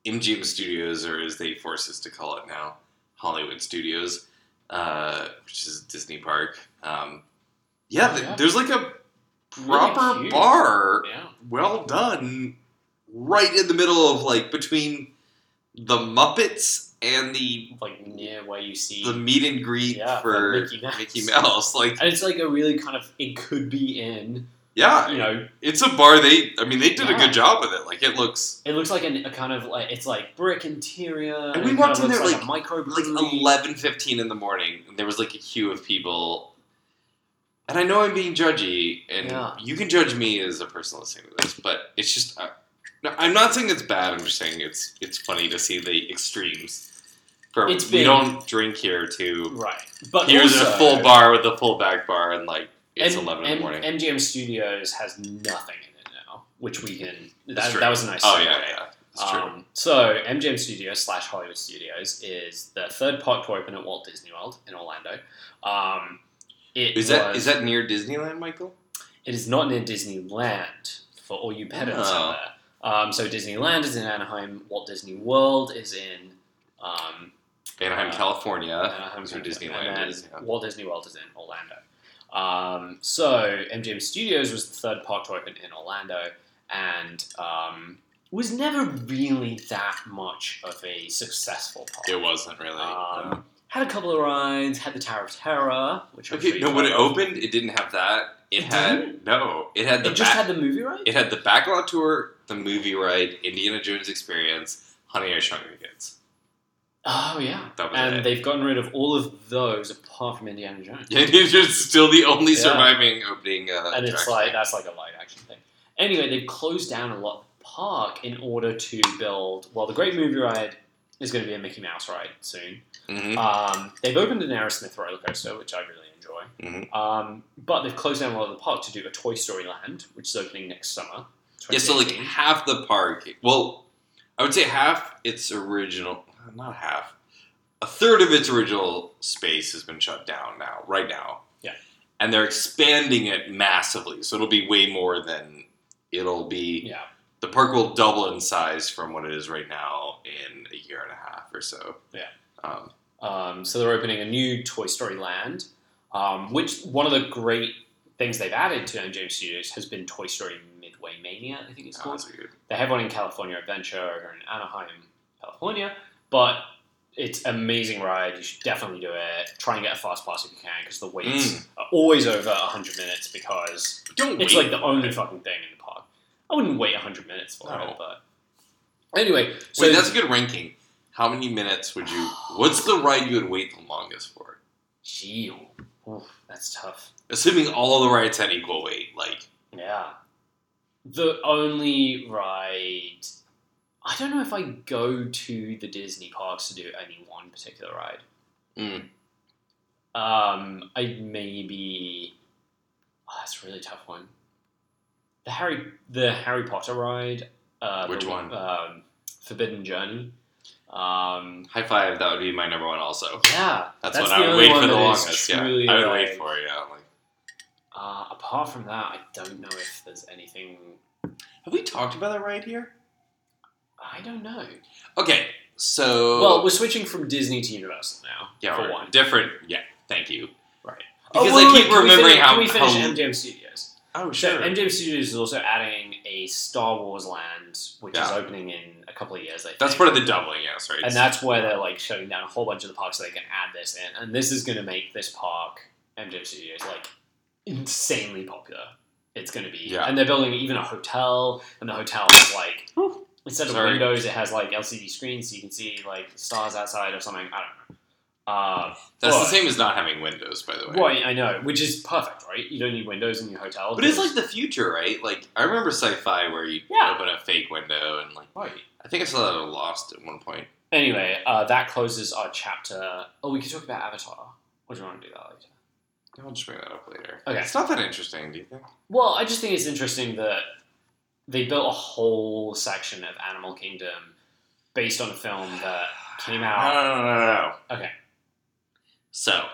[SPEAKER 1] MGM Studios, or as they force us to call it now, Hollywood Studios, uh, which is a Disney park. Um, yeah, th-
[SPEAKER 2] Oh, Yeah.
[SPEAKER 1] there's like a proper
[SPEAKER 2] huge.
[SPEAKER 1] bar,
[SPEAKER 2] yeah,
[SPEAKER 1] well done, right in the middle of like between the Muppets and the
[SPEAKER 2] like near where you see
[SPEAKER 1] the meet and greet
[SPEAKER 2] Yeah,
[SPEAKER 1] for
[SPEAKER 2] Mickey Mouse.
[SPEAKER 1] Mickey Mouse. Like,
[SPEAKER 2] And it's like a really kind of it could be in
[SPEAKER 1] yeah,
[SPEAKER 2] you know
[SPEAKER 1] it's a bar. They, I mean, they did a
[SPEAKER 2] Yeah.
[SPEAKER 1] good job with it. Like, it looks
[SPEAKER 2] it looks like an, a kind of like it's like brick interior and,
[SPEAKER 1] we
[SPEAKER 2] it
[SPEAKER 1] walked in
[SPEAKER 2] kind of
[SPEAKER 1] there
[SPEAKER 2] looks like, a micro
[SPEAKER 1] like eleven fifteen in the morning, and there was like a queue of people. And I know I'm being judgy, and
[SPEAKER 2] Yeah.
[SPEAKER 1] you can judge me as a person listening to this, but it's just uh, no, I'm not saying it's bad. I'm just saying it's it's funny to see the extremes Perfect.
[SPEAKER 2] It's
[SPEAKER 1] we
[SPEAKER 2] been-
[SPEAKER 1] don't drink here to.
[SPEAKER 2] Right. But
[SPEAKER 1] Here's
[SPEAKER 2] also,
[SPEAKER 1] a full bar with a full back bar, and like it's
[SPEAKER 2] M-
[SPEAKER 1] eleven in
[SPEAKER 2] M-
[SPEAKER 1] the morning.
[SPEAKER 2] MGM Studios has nothing in it now, which we can. That,
[SPEAKER 1] true.
[SPEAKER 2] that was a nice.
[SPEAKER 1] oh
[SPEAKER 2] segue.
[SPEAKER 1] yeah, yeah, it's true.
[SPEAKER 2] Um, so MGM Studios slash Hollywood Studios is the third park to open at Walt Disney World in Orlando. Um, it
[SPEAKER 1] Is that
[SPEAKER 2] was-
[SPEAKER 1] is that near Disneyland, Michael?
[SPEAKER 2] It is not near Disneyland for all you pedants
[SPEAKER 1] Ah.
[SPEAKER 2] out there. Um, so Disneyland is in Anaheim. Walt Disney World is in um,
[SPEAKER 1] Anaheim,
[SPEAKER 2] Uh,
[SPEAKER 1] California.
[SPEAKER 2] Anaheim,
[SPEAKER 1] that's where
[SPEAKER 2] California,
[SPEAKER 1] Disneyland
[SPEAKER 2] and
[SPEAKER 1] is, yeah.
[SPEAKER 2] Walt Disney World is in Orlando. Um, so MGM Studios was the third park to open in Orlando, and um, was never really that much of a successful park.
[SPEAKER 1] It wasn't really.
[SPEAKER 2] Um,
[SPEAKER 1] no.
[SPEAKER 2] Had a couple of rides. Had the Tower of Terror, which I'm sure
[SPEAKER 1] Okay,
[SPEAKER 2] you
[SPEAKER 1] no. When it
[SPEAKER 2] know.
[SPEAKER 1] opened, it didn't have that. It,
[SPEAKER 2] It
[SPEAKER 1] had no. It had the
[SPEAKER 2] it just
[SPEAKER 1] back,
[SPEAKER 2] had the movie ride.
[SPEAKER 1] it had the backlot tour, the movie ride, Indiana Jones experience, Honey I Shrunk the Kids.
[SPEAKER 2] Oh yeah,
[SPEAKER 1] That was
[SPEAKER 2] and
[SPEAKER 1] it.
[SPEAKER 2] they've gotten rid of all of those apart from Indiana Jones.
[SPEAKER 1] <laughs> Yeah, it's just still the only
[SPEAKER 2] Yeah.
[SPEAKER 1] surviving opening. Uh,
[SPEAKER 2] and it's
[SPEAKER 1] attraction.
[SPEAKER 2] like that's like a live action thing. Anyway, they've closed down a lot of the park in order to build. Well, the Great Movie Ride is going to be a Mickey Mouse ride soon.
[SPEAKER 1] Mhm.
[SPEAKER 2] Um, they've opened an Aerosmith roller coaster, which I really enjoy.
[SPEAKER 1] Mhm.
[SPEAKER 2] Um, but they've closed down a lot of the park to do a Toy Story Land, which is opening next summer.
[SPEAKER 1] yeah, so like
[SPEAKER 2] 2018.
[SPEAKER 1] half the park. Well, I would say half its original, not half, a third of its original space has been shut down now, right now.
[SPEAKER 2] Yeah.
[SPEAKER 1] and they're expanding it massively, so it'll be way more than it'll be.
[SPEAKER 2] yeah,
[SPEAKER 1] the park will double in size from what it is right now in a year and a half or so.
[SPEAKER 2] Yeah.
[SPEAKER 1] Um,
[SPEAKER 2] Um, so they're opening a new Toy Story Land, um, which one of the great things they've added to MGM Studios has been Toy Story Midway Mania, I think it's
[SPEAKER 1] oh,
[SPEAKER 2] called.
[SPEAKER 1] that's weird.
[SPEAKER 2] They have one in California Adventure over in Anaheim, California, but it's an amazing ride. You should definitely do it. Try and get a fast pass if you can because the waits
[SPEAKER 1] Mm.
[SPEAKER 2] are always over 100 minutes because
[SPEAKER 1] Don't
[SPEAKER 2] it's
[SPEAKER 1] wait.
[SPEAKER 2] like the only fucking thing in the park. I wouldn't wait 100 minutes for
[SPEAKER 1] No.
[SPEAKER 2] it, but anyway. So
[SPEAKER 1] Wait, that's a good ranking. How many minutes would you? What's the ride you would wait the longest for?
[SPEAKER 2] Gee, oof, that's tough.
[SPEAKER 1] Assuming all of the rides had equal weight, like
[SPEAKER 2] Yeah. The only ride. I don't know if I go to the Disney parks to do any one particular ride.
[SPEAKER 1] Mm.
[SPEAKER 2] Um, I maybe. Oh, that's a really tough one. The Harry the Harry Potter ride. Uh,
[SPEAKER 1] Which
[SPEAKER 2] the-
[SPEAKER 1] one?
[SPEAKER 2] Um, Forbidden Journey. Um,
[SPEAKER 1] high five. That would be my number one. Also,
[SPEAKER 2] yeah,
[SPEAKER 1] that's, what
[SPEAKER 2] That's the
[SPEAKER 1] I would
[SPEAKER 2] only
[SPEAKER 1] wait
[SPEAKER 2] one
[SPEAKER 1] for the
[SPEAKER 2] that is
[SPEAKER 1] longest. Yeah,
[SPEAKER 2] truly,
[SPEAKER 1] I would wait
[SPEAKER 2] like-
[SPEAKER 1] for. Yeah, like
[SPEAKER 2] uh, apart from that, I don't know if there's anything.
[SPEAKER 1] have we talked about that ride here?
[SPEAKER 2] I don't know.
[SPEAKER 1] Okay, so
[SPEAKER 2] Well, we're switching from Disney to Universal now.
[SPEAKER 1] yeah,
[SPEAKER 2] for
[SPEAKER 1] we're
[SPEAKER 2] one.
[SPEAKER 1] different. Yeah, thank you.
[SPEAKER 2] Right.
[SPEAKER 1] Because
[SPEAKER 2] Oh, wait,
[SPEAKER 1] I
[SPEAKER 2] wait,
[SPEAKER 1] keep
[SPEAKER 2] can we
[SPEAKER 1] remembering
[SPEAKER 2] finish-
[SPEAKER 1] how
[SPEAKER 2] Can we finish
[SPEAKER 1] how-
[SPEAKER 2] MGM Studios?
[SPEAKER 1] Oh
[SPEAKER 2] So MGM Studios is also adding a Star Wars land, which is
[SPEAKER 1] Yeah.
[SPEAKER 2] opening in a couple of years. I think.
[SPEAKER 1] that's part of the doubling. Yeah, sorry.
[SPEAKER 2] and that's where they're like shutting down a whole bunch of the parks so they can add this in, and this is going to make this park MGM Studios like insanely popular. It's going to be,
[SPEAKER 1] Yeah.
[SPEAKER 2] and they're building even a hotel, and the hotel is like instead of
[SPEAKER 1] Sorry.
[SPEAKER 2] windows, it has like LCD screens so you can see like stars outside or something. I don't know. Uh,
[SPEAKER 1] That's the
[SPEAKER 2] Right.
[SPEAKER 1] same as not having windows, by the way.
[SPEAKER 2] Right, I know, which is perfect, right? You don't need windows in your hotel.
[SPEAKER 1] But it's like
[SPEAKER 2] because-
[SPEAKER 1] the future, right? Like I remember sci-fi where you
[SPEAKER 2] Yeah.
[SPEAKER 1] open a fake window and like
[SPEAKER 2] right.
[SPEAKER 1] I think I saw that on Lost at one point.
[SPEAKER 2] Anyway, uh, that closes our chapter. Oh, we could talk about Avatar. Or do you want to do that later?
[SPEAKER 1] I'll just bring that up later.
[SPEAKER 2] Okay.
[SPEAKER 1] It's not that interesting, do you think?
[SPEAKER 2] Well, I just think it's interesting that they built a whole section of Animal Kingdom based on a film that came
[SPEAKER 1] No,
[SPEAKER 2] out.
[SPEAKER 1] no, no, no, no.
[SPEAKER 2] uh, Okay.
[SPEAKER 1] So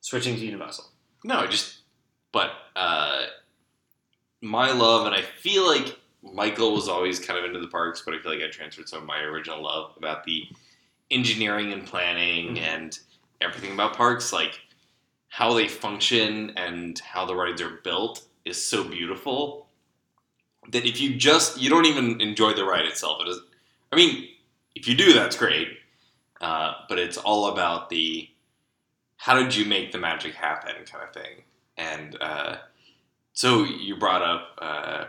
[SPEAKER 2] Switching to Universal.
[SPEAKER 1] no, just but uh, my love, and I feel like Michael was always kind of into the parks, but I feel like I transferred some of my original love about the engineering and planning
[SPEAKER 2] Mhm.
[SPEAKER 1] and everything about parks, like how they function and how the rides are built is so beautiful that if you just you don't even enjoy the ride itself. It is, I mean, if you do, that's great. Uh, but it's all about the how did you make the magic happen kind of thing. And uh, so you brought up uh,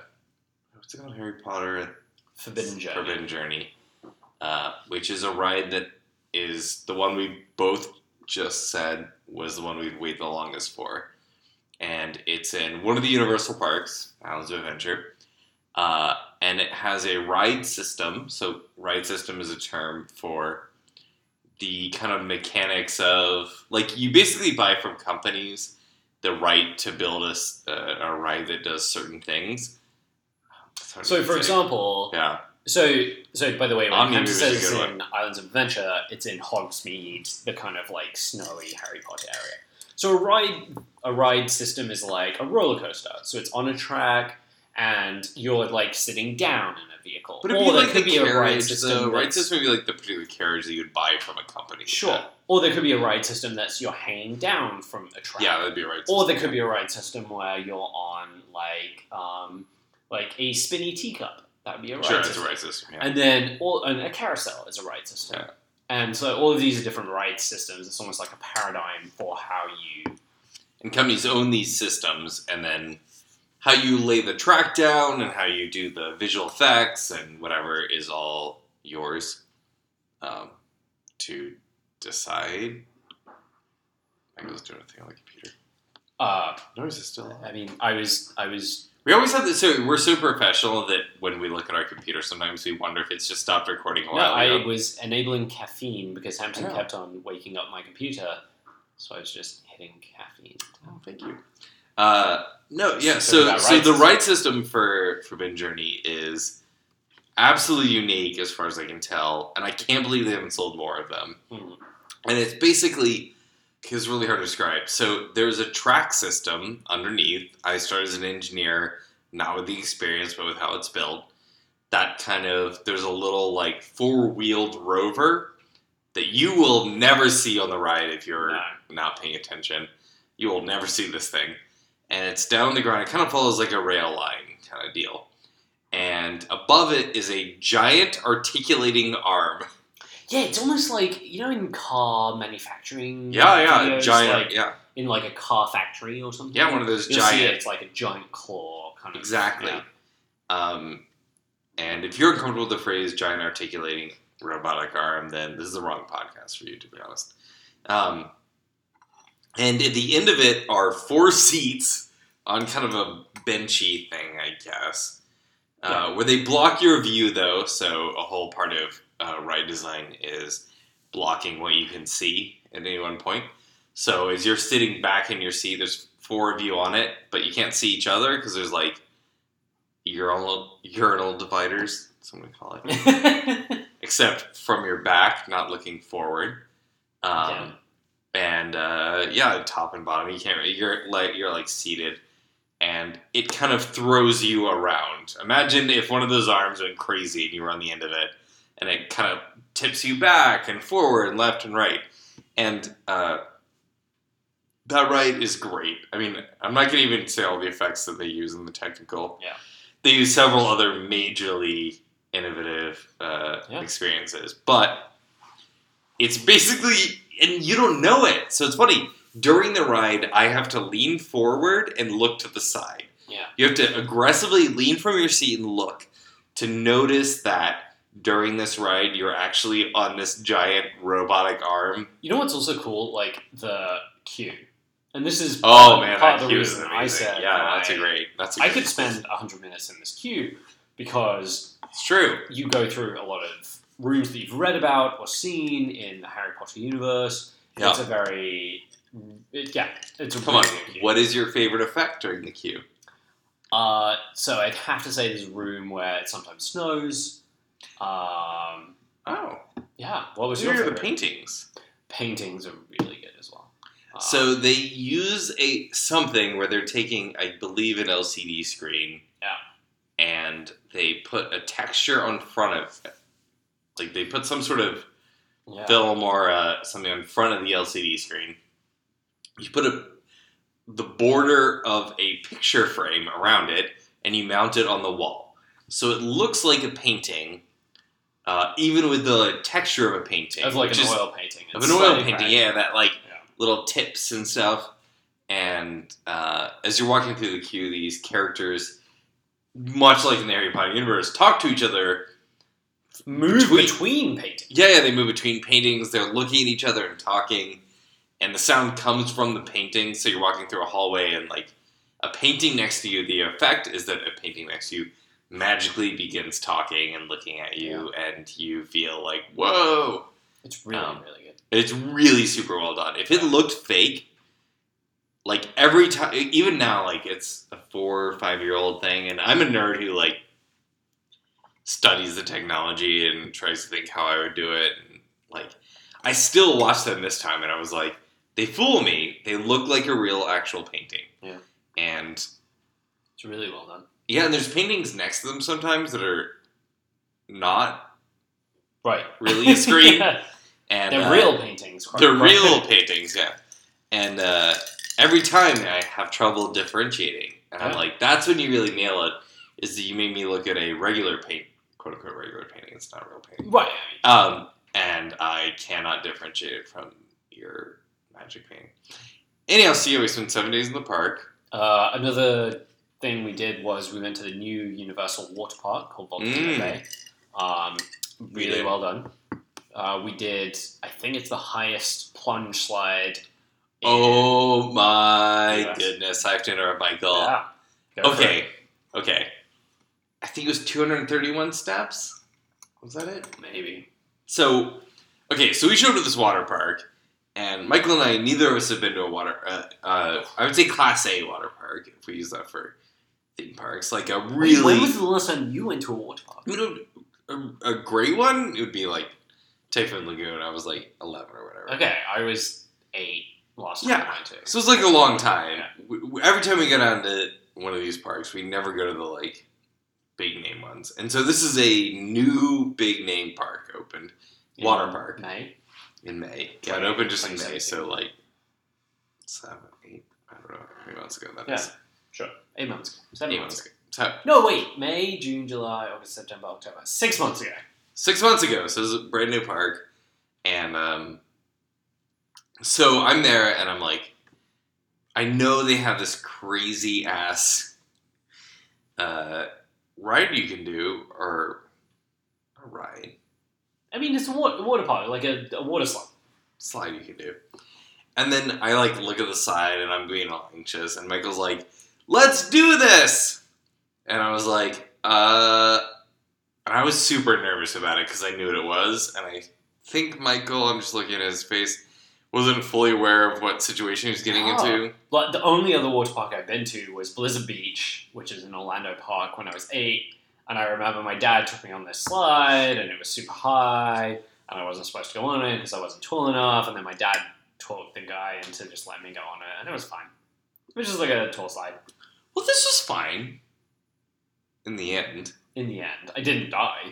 [SPEAKER 1] what's it called, Harry Potter?
[SPEAKER 2] Forbidden Journey.
[SPEAKER 1] Forbidden Journey, uh, which is a ride that is the one we both just said was the one we'd wait the longest for. And it's in one of the Universal parks, Islands of Adventure. Uh, and it has a ride system. So, ride system is a term for the kind of mechanics of like you basically buy from companies the right to build a, s- a- a ride that does certain things. It's hard
[SPEAKER 2] So,
[SPEAKER 1] to
[SPEAKER 2] for
[SPEAKER 1] say.
[SPEAKER 2] example,
[SPEAKER 1] yeah,
[SPEAKER 2] so so by the way, when
[SPEAKER 1] Omni
[SPEAKER 2] Hamter
[SPEAKER 1] movie's a
[SPEAKER 2] says it's
[SPEAKER 1] good
[SPEAKER 2] in Islands of Adventure, it's in Hogsmeade, the kind of like snowy Harry Potter area. So a ride a ride system is like a roller coaster. So it's on a track, and you're like sitting down in a vehicle.
[SPEAKER 1] but it'd
[SPEAKER 2] or
[SPEAKER 1] be
[SPEAKER 2] there
[SPEAKER 1] like the
[SPEAKER 2] could be a ride
[SPEAKER 1] carriage.
[SPEAKER 2] system.
[SPEAKER 1] The ride
[SPEAKER 2] that's-
[SPEAKER 1] system would be like the particular carriage that you'd buy from a company. like
[SPEAKER 2] Sure.
[SPEAKER 1] that.
[SPEAKER 2] Or there could be a ride system that's you're hanging down from a track.
[SPEAKER 1] Yeah, that'd be a ride.
[SPEAKER 2] Or
[SPEAKER 1] system,
[SPEAKER 2] there
[SPEAKER 1] yeah.
[SPEAKER 2] could be a ride system where you're on like um, like a spinny teacup. That would be a ride
[SPEAKER 1] Sure, it's
[SPEAKER 2] system.
[SPEAKER 1] a ride system. Yeah.
[SPEAKER 2] And then all and a carousel is a ride system.
[SPEAKER 1] Yeah.
[SPEAKER 2] And so all of these are different ride systems. It's almost like a paradigm for how you
[SPEAKER 1] and companies own these systems and then how you lay the track down and how you do the visual effects and whatever is all yours um, to decide i was doing a thing on the computer
[SPEAKER 2] uh,
[SPEAKER 1] noise is still on.
[SPEAKER 2] I mean I was I was
[SPEAKER 1] we always have this so we're so professional that when we look at our computer sometimes we wonder if it's just stopped recording a
[SPEAKER 2] no,
[SPEAKER 1] while
[SPEAKER 2] I
[SPEAKER 1] ago
[SPEAKER 2] was enabling caffeine because Hampton
[SPEAKER 1] Oh.
[SPEAKER 2] kept on waking up my computer. So I was just hitting caffeine.
[SPEAKER 1] oh, thank you uh, no yeah
[SPEAKER 2] Something
[SPEAKER 1] so
[SPEAKER 2] about
[SPEAKER 1] so
[SPEAKER 2] right
[SPEAKER 1] the
[SPEAKER 2] system.
[SPEAKER 1] right system for forbidden journey is absolutely unique as far as i can tell and i can't believe they haven't sold more of them
[SPEAKER 2] Hmm.
[SPEAKER 1] and it's basically it's really hard to describe. So there's a track system underneath. I started as an engineer, not with the experience, but with how it's built. That kind of there's a little like four wheeled rover that you will never see on the ride if you're
[SPEAKER 2] No.
[SPEAKER 1] not paying attention. You will never see this thing. And it's down the ground. It kind of follows like a rail line kind of deal. And above it is a giant articulating arm.
[SPEAKER 2] Yeah, it's almost like you know in car manufacturing.
[SPEAKER 1] Yeah, yeah,
[SPEAKER 2] videos,
[SPEAKER 1] giant.
[SPEAKER 2] like
[SPEAKER 1] yeah,
[SPEAKER 2] in like a car factory or something.
[SPEAKER 1] yeah, one of those
[SPEAKER 2] You'll
[SPEAKER 1] giant.
[SPEAKER 2] see it, it's like a giant claw kind of
[SPEAKER 1] Exactly.
[SPEAKER 2] yeah.
[SPEAKER 1] Um, and if you're uncomfortable with the phrase giant articulating robotic arm, then this is the wrong podcast for you, to be honest. Um, and at the end of it are four seats on kind of a benchy thing, I guess, uh, where they block your view, though. So a whole part of uh, ride design is blocking what you can see at any one point. So as you're sitting back in your seat, there's four of you on it, but you can't see each other because there's like urinal urinal dividers. Someone call it, except from your back, not looking forward. Um, And uh, yeah, top and bottom, you can't. You're like you're like seated, and it kind of throws you around. Imagine if one of those arms went crazy and you were on the end of it, and it kind of tips you back and forward and left and right. And uh, that right is great. I mean, I'm not going to even say all the effects that they use in the technical.
[SPEAKER 2] Yeah.
[SPEAKER 1] They use several other majorly innovative uh,
[SPEAKER 2] Yeah.
[SPEAKER 1] experiences, but it's basically, and you don't know it. So it's funny. During the ride, I have to lean forward and look to the side.
[SPEAKER 2] Yeah.
[SPEAKER 1] You have to aggressively lean from your seat and look to notice that during this ride, you're actually on this giant robotic arm.
[SPEAKER 2] <laughs> You know what's also cool, like the queue, and this is
[SPEAKER 1] Oh
[SPEAKER 2] part-
[SPEAKER 1] man,
[SPEAKER 2] part
[SPEAKER 1] that
[SPEAKER 2] of the
[SPEAKER 1] queue is
[SPEAKER 2] reason
[SPEAKER 1] amazing.
[SPEAKER 2] I said
[SPEAKER 1] yeah, that's
[SPEAKER 2] I,
[SPEAKER 1] a great. That's a
[SPEAKER 2] I
[SPEAKER 1] great-
[SPEAKER 2] could spend hundred minutes in this queue because
[SPEAKER 1] It's true.
[SPEAKER 2] you go through a lot of rooms that you've read about or seen in the Harry Potter universe.
[SPEAKER 1] Yeah.
[SPEAKER 2] It's a very it- yeah, it's a
[SPEAKER 1] Come on.
[SPEAKER 2] really good queue.
[SPEAKER 1] What is your favorite effect during the queue?
[SPEAKER 2] Uh, so I'd have to say there's a room where it sometimes snows. Um,
[SPEAKER 1] Oh,
[SPEAKER 2] yeah, what was
[SPEAKER 1] here
[SPEAKER 2] your
[SPEAKER 1] are the
[SPEAKER 2] favorite?
[SPEAKER 1] paintings.
[SPEAKER 2] Paintings are really good as well. Uh,
[SPEAKER 1] So they use a something where they're taking, I believe, an LCD screen.
[SPEAKER 2] Yeah.
[SPEAKER 1] And they put a texture on front of it. Like they put some sort of
[SPEAKER 2] yeah.
[SPEAKER 1] film or uh, something in front of the LCD screen. You put a the border of a picture frame around it, and you mount it on the wall, so it looks like a painting, uh, even with the texture of a painting,
[SPEAKER 2] of like
[SPEAKER 1] which
[SPEAKER 2] an
[SPEAKER 1] is-
[SPEAKER 2] oil painting.
[SPEAKER 1] of
[SPEAKER 2] It's
[SPEAKER 1] an oil
[SPEAKER 2] slightly
[SPEAKER 1] painting.
[SPEAKER 2] cracked.
[SPEAKER 1] Yeah, that like
[SPEAKER 2] Yeah.
[SPEAKER 1] little tips and stuff. And uh, as you're walking through the queue, these characters, much like in the Harry Potter universe, talk to each other
[SPEAKER 2] Move
[SPEAKER 1] Between-
[SPEAKER 2] between, paintings.
[SPEAKER 1] Yeah, yeah, they move between paintings. They're looking at each other and talking, and the sound comes from the painting. So you're walking through a hallway, and like a painting next to you, the effect is that a painting next to you magically begins talking and looking at you, and you feel like, whoa.
[SPEAKER 2] It's really
[SPEAKER 1] Um,
[SPEAKER 2] really good.
[SPEAKER 1] It's really super well done. If it looked fake, like every time, even now, like it's a four or five year old thing, and I'm a nerd who like studies the technology and tries to think how I would do it. And like, I still watched them this time, and I was like, they fool me. They look like a real actual painting.
[SPEAKER 2] Yeah.
[SPEAKER 1] And
[SPEAKER 2] It's really well done.
[SPEAKER 1] yeah, and there's paintings next to them sometimes that are not
[SPEAKER 2] Right.
[SPEAKER 1] really
[SPEAKER 2] <laughs>
[SPEAKER 1] a screen.
[SPEAKER 2] Yeah.
[SPEAKER 1] and
[SPEAKER 2] They're
[SPEAKER 1] uh,
[SPEAKER 2] real paintings. quite-
[SPEAKER 1] They're
[SPEAKER 2] quite-
[SPEAKER 1] real paintings, yeah. And uh, every time I have trouble differentiating, and I'm
[SPEAKER 2] Yeah.
[SPEAKER 1] like, that's when you really nail it. Is that you made me look at a regular paint, quote unquote regular painting? It's not a real painting.
[SPEAKER 2] <laughs> Right.
[SPEAKER 1] Um, and I cannot differentiate it from your magic painting. Anyhow, so yeah, we spent seven days in the park.
[SPEAKER 2] Uh, another thing we did was we went to the new Universal Water Park called Volcano
[SPEAKER 1] Mm.
[SPEAKER 2] Bay. Um,
[SPEAKER 1] We
[SPEAKER 2] really
[SPEAKER 1] did.
[SPEAKER 2] well done. Uh, we did, I think it's the highest plunge slide. in-
[SPEAKER 1] Oh my
[SPEAKER 2] Yes.
[SPEAKER 1] goodness! I have to interrupt Michael.
[SPEAKER 2] Yeah. Go for it.
[SPEAKER 1] Okay, okay. I think it was 231 steps. Was that it?
[SPEAKER 2] Maybe.
[SPEAKER 1] So, okay, so we showed up at this water park, and Michael and I, neither of us have been to a water, uh, uh, I would say Class A water park, if we use that for theme parks. Like a
[SPEAKER 2] When
[SPEAKER 1] really,
[SPEAKER 2] was the last time you went to a water park?
[SPEAKER 1] you know, a, a great one, it would be like Typhoon Lagoon. I was like 11 or whatever.
[SPEAKER 2] Okay, I was eight last time
[SPEAKER 1] Yeah.
[SPEAKER 2] I went to.
[SPEAKER 1] So it's like a long time.
[SPEAKER 2] Yeah.
[SPEAKER 1] W- w- Every time we go down to one of these parks, we never go to the like big name ones. And so this is a new big name park opened,
[SPEAKER 2] In
[SPEAKER 1] water park.
[SPEAKER 2] May.
[SPEAKER 1] in May.
[SPEAKER 2] Yeah,
[SPEAKER 1] Yeah, it opened just in May,
[SPEAKER 2] 2017.
[SPEAKER 1] so like seven, eight, I don't know how many months ago that
[SPEAKER 2] Yeah,
[SPEAKER 1] is.
[SPEAKER 2] Sure. Eight months ago. Seven
[SPEAKER 1] Eight months ago. So
[SPEAKER 2] No, wait. May, June, July, August, September, October. Six months ago.
[SPEAKER 1] six months ago. So this is a brand new park, and um, so I'm there, and I'm like, I know they have this crazy ass uh, ride you can do, or a ride.
[SPEAKER 2] I mean, it's a water, water park, like a, a water slide.
[SPEAKER 1] slide you can do. And then I like look at the side and I'm being all anxious and Michael's like, let's do this. And I was like, uh and I was super nervous about it because I knew what it was, and I think Michael, I'm just looking at his face, wasn't fully aware of what situation he was getting
[SPEAKER 2] Ah.
[SPEAKER 1] into.
[SPEAKER 2] But the only other water park I've been to was Blizzard Beach, which is in Orlando Park when I was eight. And I remember my dad took me on this slide, and it was super high, and I wasn't supposed to go on it because I wasn't tall enough. And then my dad talked the guy into just letting me go on it, and it was fine. It was just like a tall slide.
[SPEAKER 1] Well, this was fine. In the end.
[SPEAKER 2] In the end, I didn't die.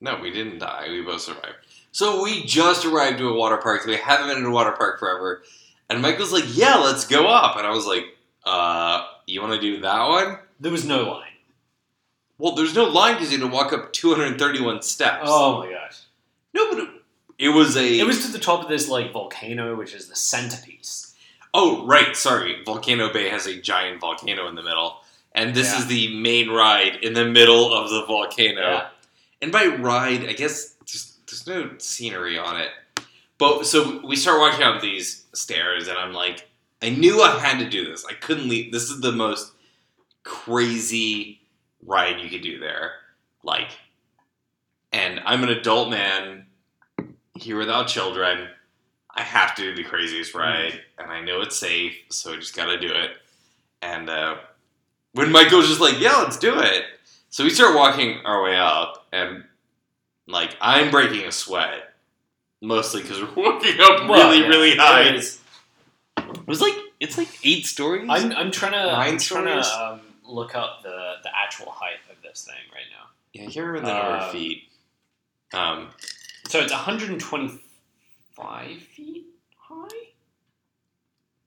[SPEAKER 1] No, we didn't die. We both survived. So we just arrived to a water park. We haven't been in a water park forever. And Michael's like, yeah, let's go up. And I was like, uh, you want to do that one?
[SPEAKER 2] There was no line.
[SPEAKER 1] Well, there's no line because you had to walk up 231 steps.
[SPEAKER 2] Oh my gosh!
[SPEAKER 1] No, but it, it was a.
[SPEAKER 2] It was to the top of this like volcano, which is the centerpiece.
[SPEAKER 1] Oh, right. Sorry. Volcano Bay has a giant volcano in the middle. And this
[SPEAKER 2] Yeah.
[SPEAKER 1] is the main ride in the middle of the volcano.
[SPEAKER 2] Yeah.
[SPEAKER 1] And by ride, I guess there's, there's no scenery on it. But so we start walking up these stairs, and I'm like, I knew I had to do this. I couldn't leave. This is the most crazy ride you could do there. Like, and I'm an adult man here without children. I have to do the craziest ride, and I know it's safe, so I just gotta do it. And uh, when Michael's just like, "Yeah, let's do it," so we start walking our way up, and like I'm breaking a sweat, mostly because we're <laughs> walking up
[SPEAKER 2] Well,
[SPEAKER 1] really,
[SPEAKER 2] yeah,
[SPEAKER 1] really high.
[SPEAKER 2] it
[SPEAKER 1] It
[SPEAKER 2] is.
[SPEAKER 1] was like it's like eight stories.
[SPEAKER 2] I'm, I'm trying to I'm
[SPEAKER 1] Nine
[SPEAKER 2] trying to
[SPEAKER 1] stories?
[SPEAKER 2] um, look up the, the actual height of this thing right now.
[SPEAKER 1] yeah, I can't remember the number
[SPEAKER 2] Um,
[SPEAKER 1] of feet. Um,
[SPEAKER 2] So it's 125 feet high.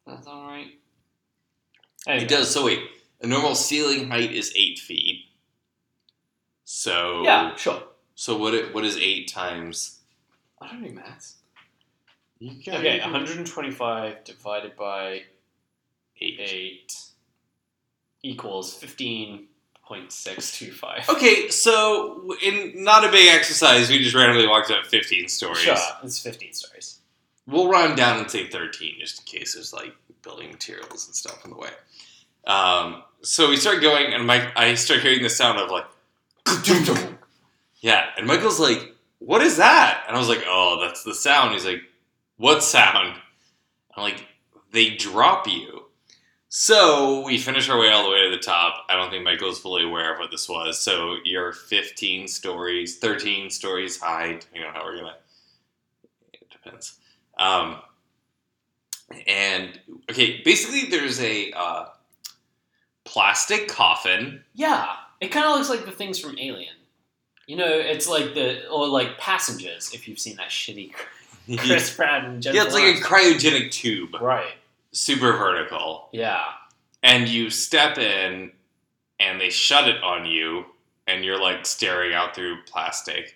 [SPEAKER 2] That's all right. Anyway.
[SPEAKER 1] It does. So wait, a normal ceiling height is eight feet. So
[SPEAKER 2] Yeah, sure.
[SPEAKER 1] So what? It, what is eight times?
[SPEAKER 2] I don't do maths.
[SPEAKER 1] You can,
[SPEAKER 2] Okay, 125 divided by
[SPEAKER 1] eight.
[SPEAKER 2] eight equals 15.625.
[SPEAKER 1] Okay, so in not a big exercise, we just randomly walked up fifteen stories.
[SPEAKER 2] Sure, it's 15 stories.
[SPEAKER 1] We'll round down and say thirteen, just in case there's like building materials and stuff in the way. Um, so we start going, and Mike, I start hearing the sound of like, yeah, and Michael's like, "What is that?" And I was like, "Oh, that's the sound." He's like, What sound? I'm like, they drop you. So we finish our way all the way to the top. I don't think Michael's fully aware of what this was. So you're 15 stories, 13 stories high, you know, how we're gonna. It depends. Um, and okay, basically there's a uh, plastic coffin.
[SPEAKER 2] Yeah, it kind of looks like the things from Alien. You know, it's like the or like Passengers if you've seen that shitty <laughs>
[SPEAKER 1] <laughs> yeah,
[SPEAKER 2] Chris Pratt and Jennifer.
[SPEAKER 1] it's like a cryogenic tube,
[SPEAKER 2] right.
[SPEAKER 1] super vertical.
[SPEAKER 2] Yeah,
[SPEAKER 1] and you step in and they shut it on you and you're like staring out through plastic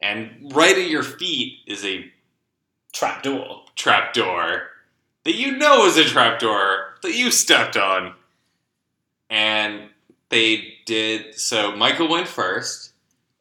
[SPEAKER 1] and right at your feet is a
[SPEAKER 2] trapdoor. <laughs>
[SPEAKER 1] trapdoor that you know is a trapdoor that you stepped on and they did so michael went first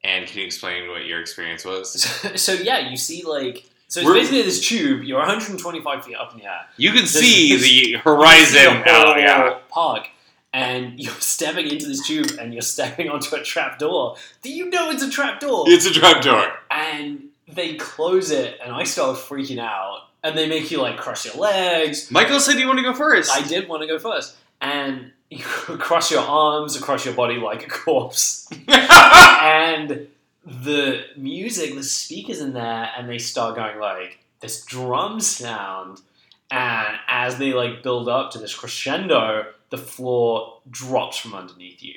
[SPEAKER 1] and can you explain what your experience was
[SPEAKER 2] So, so yeah, you see like so it's
[SPEAKER 1] We're-
[SPEAKER 2] basically this tube. You're 125 feet up in the air.
[SPEAKER 1] you can
[SPEAKER 2] This
[SPEAKER 1] see
[SPEAKER 2] is-
[SPEAKER 1] the
[SPEAKER 2] You <laughs>
[SPEAKER 1] horizon
[SPEAKER 2] see the
[SPEAKER 1] now
[SPEAKER 2] whole
[SPEAKER 1] yeah
[SPEAKER 2] Park, and <laughs> you're stepping into this tube, and you're stepping <laughs> onto a trapdoor. Do you know it's a trapdoor?
[SPEAKER 1] it's a trapdoor
[SPEAKER 2] and they close it, and I start freaking out, and they make you like cross your legs.
[SPEAKER 1] michael said you want to go first
[SPEAKER 2] I did want to go first, and <laughs> you cross your arms across your body like a corpse,
[SPEAKER 1] <laughs>
[SPEAKER 2] and the music, the speakers in there, and they start going like this drum sound, and as they like build up to this crescendo, the floor drops from underneath you,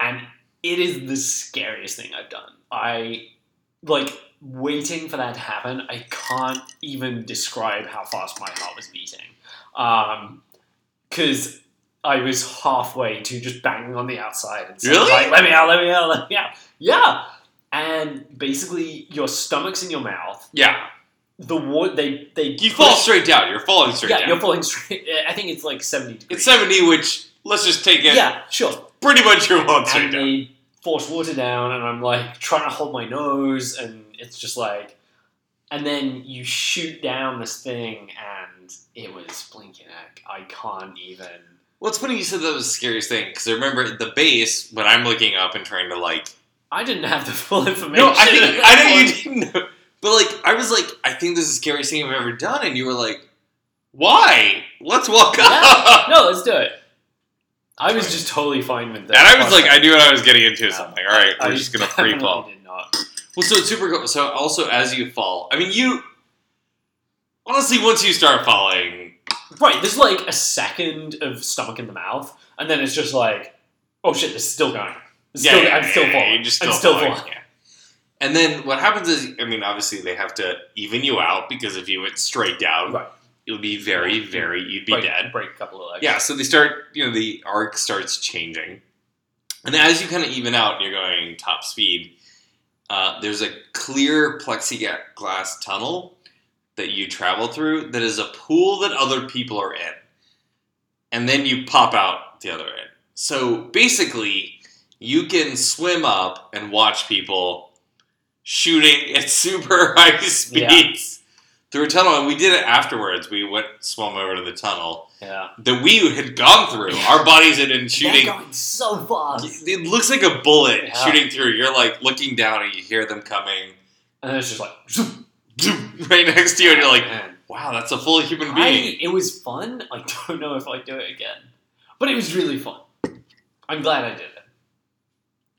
[SPEAKER 2] and it is the scariest thing I've done. I like waiting for that to happen. I can't even describe how fast my heart was beating, because I was halfway to just banging on the outside and saying,
[SPEAKER 1] Really?
[SPEAKER 2] like, "Let me out! Let me out! Let me out!" Yeah, and basically your stomach's in your mouth.
[SPEAKER 1] yeah
[SPEAKER 2] The water they they
[SPEAKER 1] you fall straight down you're falling straight
[SPEAKER 2] yeah,
[SPEAKER 1] down
[SPEAKER 2] you're falling straight. I think it's like seventy degrees.
[SPEAKER 1] It's 70, which let's just take it
[SPEAKER 2] yeah, sure.
[SPEAKER 1] pretty much your one straight
[SPEAKER 2] and
[SPEAKER 1] down.
[SPEAKER 2] they force water down, and I'm like trying to hold my nose, and it's just like, and then you shoot down this thing, and it was blinking heck. I can't even.
[SPEAKER 1] Well, it's funny you said that was the scariest thing because I remember at the base when I'm looking up and trying to like.
[SPEAKER 2] I didn't have the full information.
[SPEAKER 1] No, I think I know you didn't. know. But like, I was like, I think this is the scariest thing I've ever done, and you were like, "Why? Let's walk
[SPEAKER 2] Yeah.
[SPEAKER 1] up."
[SPEAKER 2] No, let's do it. I was just totally fine with that.
[SPEAKER 1] And I was like, I knew what I was getting into.
[SPEAKER 2] Yeah.
[SPEAKER 1] Something. All right,
[SPEAKER 2] I
[SPEAKER 1] we're just gonna free
[SPEAKER 2] definitely
[SPEAKER 1] fall.
[SPEAKER 2] did not.
[SPEAKER 1] Well, so it's super cool. So also, as you fall, I mean, you honestly once you start falling,
[SPEAKER 2] Right, there's like a second of stomach in the mouth, and then it's just like, oh shit, this is still going. It's
[SPEAKER 1] Yeah,
[SPEAKER 2] still,
[SPEAKER 1] yeah,
[SPEAKER 2] I'm still
[SPEAKER 1] yeah, yeah,
[SPEAKER 2] falling.
[SPEAKER 1] you're just
[SPEAKER 2] I'm
[SPEAKER 1] still
[SPEAKER 2] still
[SPEAKER 1] falling,
[SPEAKER 2] falling.
[SPEAKER 1] And then what happens is, I mean, obviously they have to even you out because if you went straight down,
[SPEAKER 2] Right.
[SPEAKER 1] it would be very, very, you'd be
[SPEAKER 2] break,
[SPEAKER 1] dead.
[SPEAKER 2] Break a couple of legs.
[SPEAKER 1] Yeah, so they start, you know, the arc starts changing. And as you kind of even out and you're going top speed, uh, there's a clear plexiglass tunnel that you travel through that is a pool that other people are in. And then you pop out the other end. So basically, you can swim up and watch people shooting <laughs> at super high speeds through a tunnel. And we did it afterwards. We went, swum over to the tunnel
[SPEAKER 2] Yeah.
[SPEAKER 1] that we had gone through. Our bodies had been shooting.
[SPEAKER 2] They're going so fast.
[SPEAKER 1] It looks like a bullet
[SPEAKER 2] Yeah.
[SPEAKER 1] shooting through. You're like looking down and you hear them coming <laughs>
[SPEAKER 2] And then it's just like, zoom.
[SPEAKER 1] right next to you, and you're like,
[SPEAKER 2] Man.
[SPEAKER 1] "Wow, that's a full human being."
[SPEAKER 2] I, it was fun. I don't know if I'd do it again. But it was really fun. I'm glad I did it.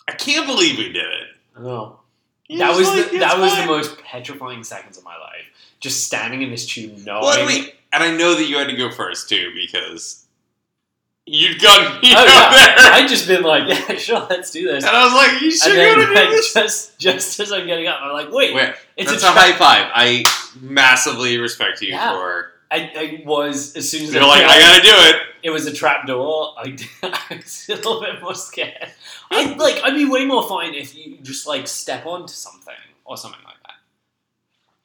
[SPEAKER 1] I, can't believe we did it.
[SPEAKER 2] Oh.
[SPEAKER 1] You're
[SPEAKER 2] That
[SPEAKER 1] just
[SPEAKER 2] was
[SPEAKER 1] like,
[SPEAKER 2] the,
[SPEAKER 1] "It's
[SPEAKER 2] that was the
[SPEAKER 1] fine."
[SPEAKER 2] most petrifying seconds of my life. Just standing in this tube, knowing.
[SPEAKER 1] Well, and, we, and I know that you had to go first too because you'd gone <laughs> me
[SPEAKER 2] Oh,
[SPEAKER 1] out
[SPEAKER 2] yeah.
[SPEAKER 1] there,
[SPEAKER 2] I'd just been like, yeah, <laughs> sure, let's do this.
[SPEAKER 1] and I was like, "You
[SPEAKER 2] And
[SPEAKER 1] should
[SPEAKER 2] then,
[SPEAKER 1] go to do
[SPEAKER 2] <laughs> like,
[SPEAKER 1] this."
[SPEAKER 2] just just as I'm getting up, I'm like, wait,
[SPEAKER 1] Wait,
[SPEAKER 2] it's
[SPEAKER 1] that's
[SPEAKER 2] a
[SPEAKER 1] a
[SPEAKER 2] trap.
[SPEAKER 1] high five. I massively respect you
[SPEAKER 2] Yeah.
[SPEAKER 1] for.
[SPEAKER 2] I, I was as soon as
[SPEAKER 1] You're like,
[SPEAKER 2] got
[SPEAKER 1] I gotta do it.
[SPEAKER 2] it was a trap door. I, <laughs> I was a little bit more scared. I like. I'd be way more fine if you just like step onto something or something like that.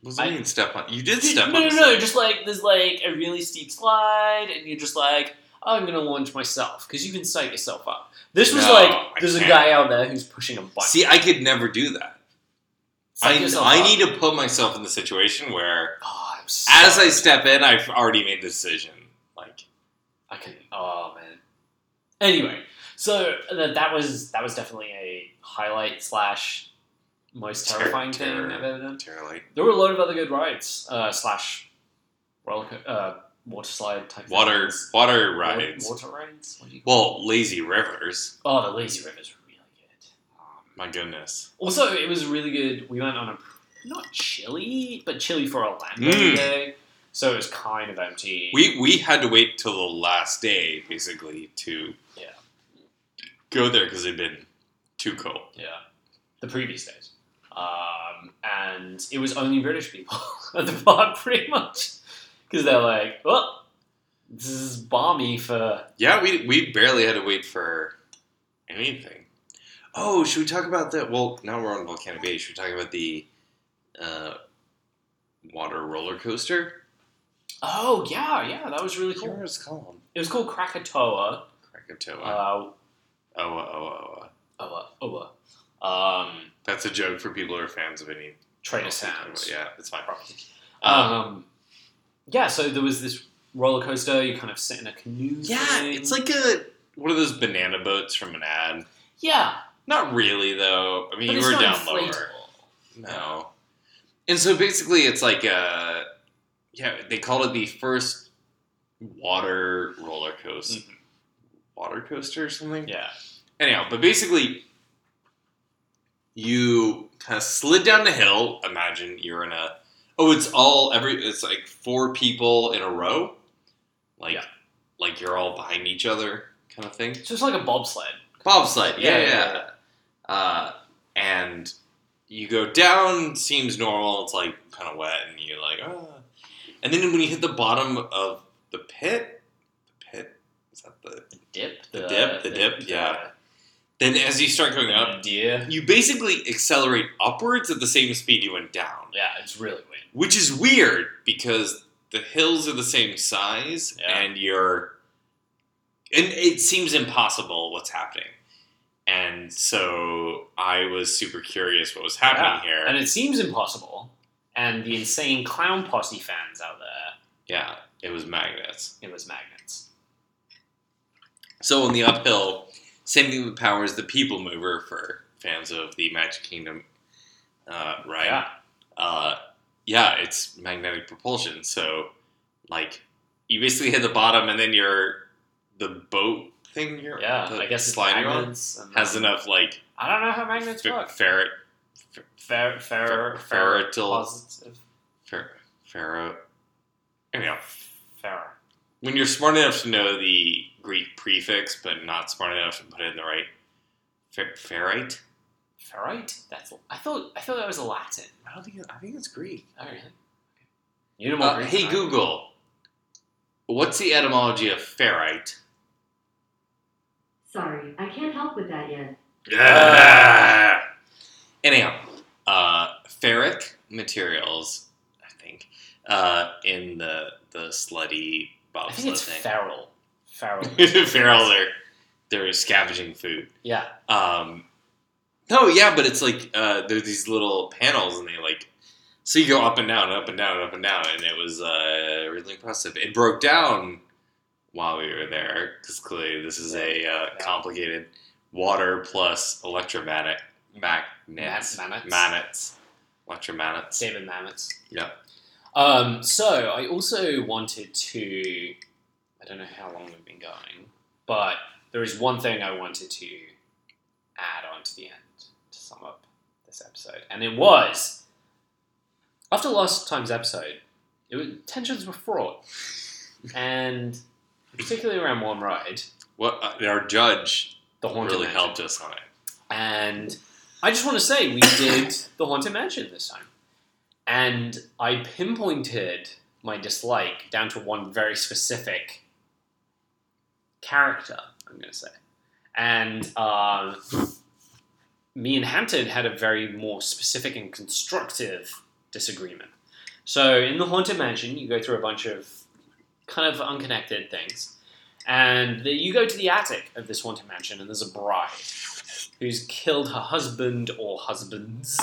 [SPEAKER 1] What do you
[SPEAKER 2] I-
[SPEAKER 1] mean step on? You did step
[SPEAKER 2] no,
[SPEAKER 1] on.
[SPEAKER 2] no,
[SPEAKER 1] the
[SPEAKER 2] no.
[SPEAKER 1] side.
[SPEAKER 2] Just like there's like a really steep slide, and you're just like, "Oh, I'm gonna launch myself because you can psych yourself up. This was
[SPEAKER 1] No, I
[SPEAKER 2] like there's a
[SPEAKER 1] can't.
[SPEAKER 2] guy out there who's pushing a button.
[SPEAKER 1] See, I could never do that.
[SPEAKER 2] Psych
[SPEAKER 1] I,
[SPEAKER 2] yourself
[SPEAKER 1] I
[SPEAKER 2] up.
[SPEAKER 1] need to put myself in the situation where,
[SPEAKER 2] Oh, I'm so,
[SPEAKER 1] as I step in, I've already made the decision. Like,
[SPEAKER 2] I can. Oh man. Anyway, so th- that was that was definitely a highlight slash most
[SPEAKER 1] Ter-
[SPEAKER 2] terrifying
[SPEAKER 1] terror.
[SPEAKER 2] thing I've ever done.
[SPEAKER 1] entirely.
[SPEAKER 2] There were a lot of other good rides uh, slash roller co- uh, water slide type
[SPEAKER 1] Water
[SPEAKER 2] things.
[SPEAKER 1] water
[SPEAKER 2] Wa-
[SPEAKER 1] rides.
[SPEAKER 2] water rides. What do you-
[SPEAKER 1] Well, lazy rivers.
[SPEAKER 2] Oh, the lazy rivers were really good. Um,
[SPEAKER 1] My goodness.
[SPEAKER 2] Also, it was really good. We went on a not chilly, but chilly for a Orlando
[SPEAKER 1] Mm.
[SPEAKER 2] day, so it was kind of empty.
[SPEAKER 1] We we had to wait till the last day basically to
[SPEAKER 2] Yeah.
[SPEAKER 1] go there because it'd been too cold.
[SPEAKER 2] yeah, the previous days, um, and it was only British people <laughs> at the bar, pretty much, because they're like, "Well, this is balmy for
[SPEAKER 1] Yeah, we we barely had to wait for anything. Oh, should we talk about that? Well, now we're on Volcano Bay. Should we talk about the uh, water roller coaster?
[SPEAKER 2] Oh yeah, yeah, that was really
[SPEAKER 1] I can't remember
[SPEAKER 2] cool.
[SPEAKER 1] what it's called.
[SPEAKER 2] It was called Krakatoa.
[SPEAKER 1] Krakatoa.
[SPEAKER 2] Uh,
[SPEAKER 1] oh, oh, oh, oh.
[SPEAKER 2] Oa, Oa. Um,
[SPEAKER 1] That's a joke for people who are fans of any.
[SPEAKER 2] Trainer Sounds.
[SPEAKER 1] Yeah, it's fine.
[SPEAKER 2] Um, yeah, so there was this roller coaster. You kind of sit in a canoe.
[SPEAKER 1] yeah,
[SPEAKER 2] thing.
[SPEAKER 1] it's like a one of those banana boats from an ad.
[SPEAKER 2] yeah.
[SPEAKER 1] Not really, though. I mean,
[SPEAKER 2] but
[SPEAKER 1] you
[SPEAKER 2] it's
[SPEAKER 1] were
[SPEAKER 2] not
[SPEAKER 1] down
[SPEAKER 2] inflatable.
[SPEAKER 1] lower. No. And so basically, it's like a yeah. They called it the first water roller coaster,
[SPEAKER 2] Mhm.
[SPEAKER 1] water coaster or something.
[SPEAKER 2] Yeah,
[SPEAKER 1] Anyhow, but basically, you kind of slid down the hill. Imagine you're in a oh, it's all every it's like four people in a row, like
[SPEAKER 2] Yeah.
[SPEAKER 1] like you're all behind each other, kind of thing.
[SPEAKER 2] so it's like a bobsled.
[SPEAKER 1] Bobsled, yeah,
[SPEAKER 2] Yeah,
[SPEAKER 1] yeah.
[SPEAKER 2] yeah,
[SPEAKER 1] Uh, and you go down, seems normal. It's like kind of wet, and you're like, ah. And then when you hit the bottom of the pit, the pit is that the?
[SPEAKER 2] Dip.
[SPEAKER 1] The dip, the dip, yeah. Then as you start going up,
[SPEAKER 2] Yeah. Deer.
[SPEAKER 1] you basically accelerate upwards at the same speed you went down,
[SPEAKER 2] Yeah, it's really weird.
[SPEAKER 1] which is weird because the hills are the same size,
[SPEAKER 2] Yeah.
[SPEAKER 1] and you're, and it seems impossible what's happening. And so I was super curious what was happening here.
[SPEAKER 2] And it seems impossible. And the insane clown posse fans out there,
[SPEAKER 1] yeah, it was magnets.
[SPEAKER 2] it was magnets.
[SPEAKER 1] So on the uphill, same thing with powers the people mover for fans of the Magic Kingdom, uh, right?
[SPEAKER 2] Yeah.
[SPEAKER 1] uh, yeah, it's magnetic propulsion. So, like, you basically hit the bottom, and then your the boat thing you're
[SPEAKER 2] Yeah,
[SPEAKER 1] the
[SPEAKER 2] I guess it's
[SPEAKER 1] sliding on
[SPEAKER 2] magnets. and-
[SPEAKER 1] has enough like
[SPEAKER 2] I don't know how magnets
[SPEAKER 1] fer-
[SPEAKER 2] work.
[SPEAKER 1] ferret
[SPEAKER 2] Fer- fer-
[SPEAKER 1] fer- ferritil-
[SPEAKER 2] positive.
[SPEAKER 1] fer- ferro. Anyhow,
[SPEAKER 2] Ferro.
[SPEAKER 1] when you're smart enough to know the Greek prefix, but not smart enough to put it in the right fer- ferrite.
[SPEAKER 2] Ferrite? That's I thought I thought that was a Latin.
[SPEAKER 1] I don't think it- I think it's Greek.
[SPEAKER 2] Oh really? You know more
[SPEAKER 1] Uh,
[SPEAKER 2] Greek
[SPEAKER 1] hey
[SPEAKER 2] than I do.
[SPEAKER 1] Google, what's the etymology of ferrite?
[SPEAKER 3] Sorry, I can't help with that yet.
[SPEAKER 1] Yeah. Anyhow, uh, ferric materials, I think, uh, in the the slutty
[SPEAKER 2] I think
[SPEAKER 1] bobsled
[SPEAKER 2] it's
[SPEAKER 1] <laughs> thing.
[SPEAKER 2] feral. Feral.
[SPEAKER 1] Feral, they're they're scavenging food.
[SPEAKER 2] yeah.
[SPEAKER 1] Um, no, yeah, but it's like uh, there's these little panels, and they like so you go up and down, up and down, up and down, and it was uh, really impressive. It broke down while we were there because clearly this is a uh, complicated water plus electromagnet magnets
[SPEAKER 2] Ma- magnets.
[SPEAKER 1] magnets electromagnets.
[SPEAKER 2] David Mammoths.
[SPEAKER 1] Yeah.
[SPEAKER 2] Um, so I also wanted to I don't know how long we've been going, but there is one thing I wanted to add on to the end to sum up this episode. And it was after last time's episode, it was, tensions were fraught. and particularly around one ride,
[SPEAKER 1] What uh, our judge
[SPEAKER 2] the Haunted
[SPEAKER 1] really
[SPEAKER 2] Mansion.
[SPEAKER 1] helped us on it.
[SPEAKER 2] And I just want to say we did the Haunted Mansion this time. And I pinpointed my dislike down to one very specific character, I'm going to say. And um, me and Hampton had a very more specific and constructive disagreement. So in the Haunted Mansion, you go through a bunch of kind of unconnected things. And the, you go to the attic of this haunted mansion, and there's a bride who's killed her husband or husbands.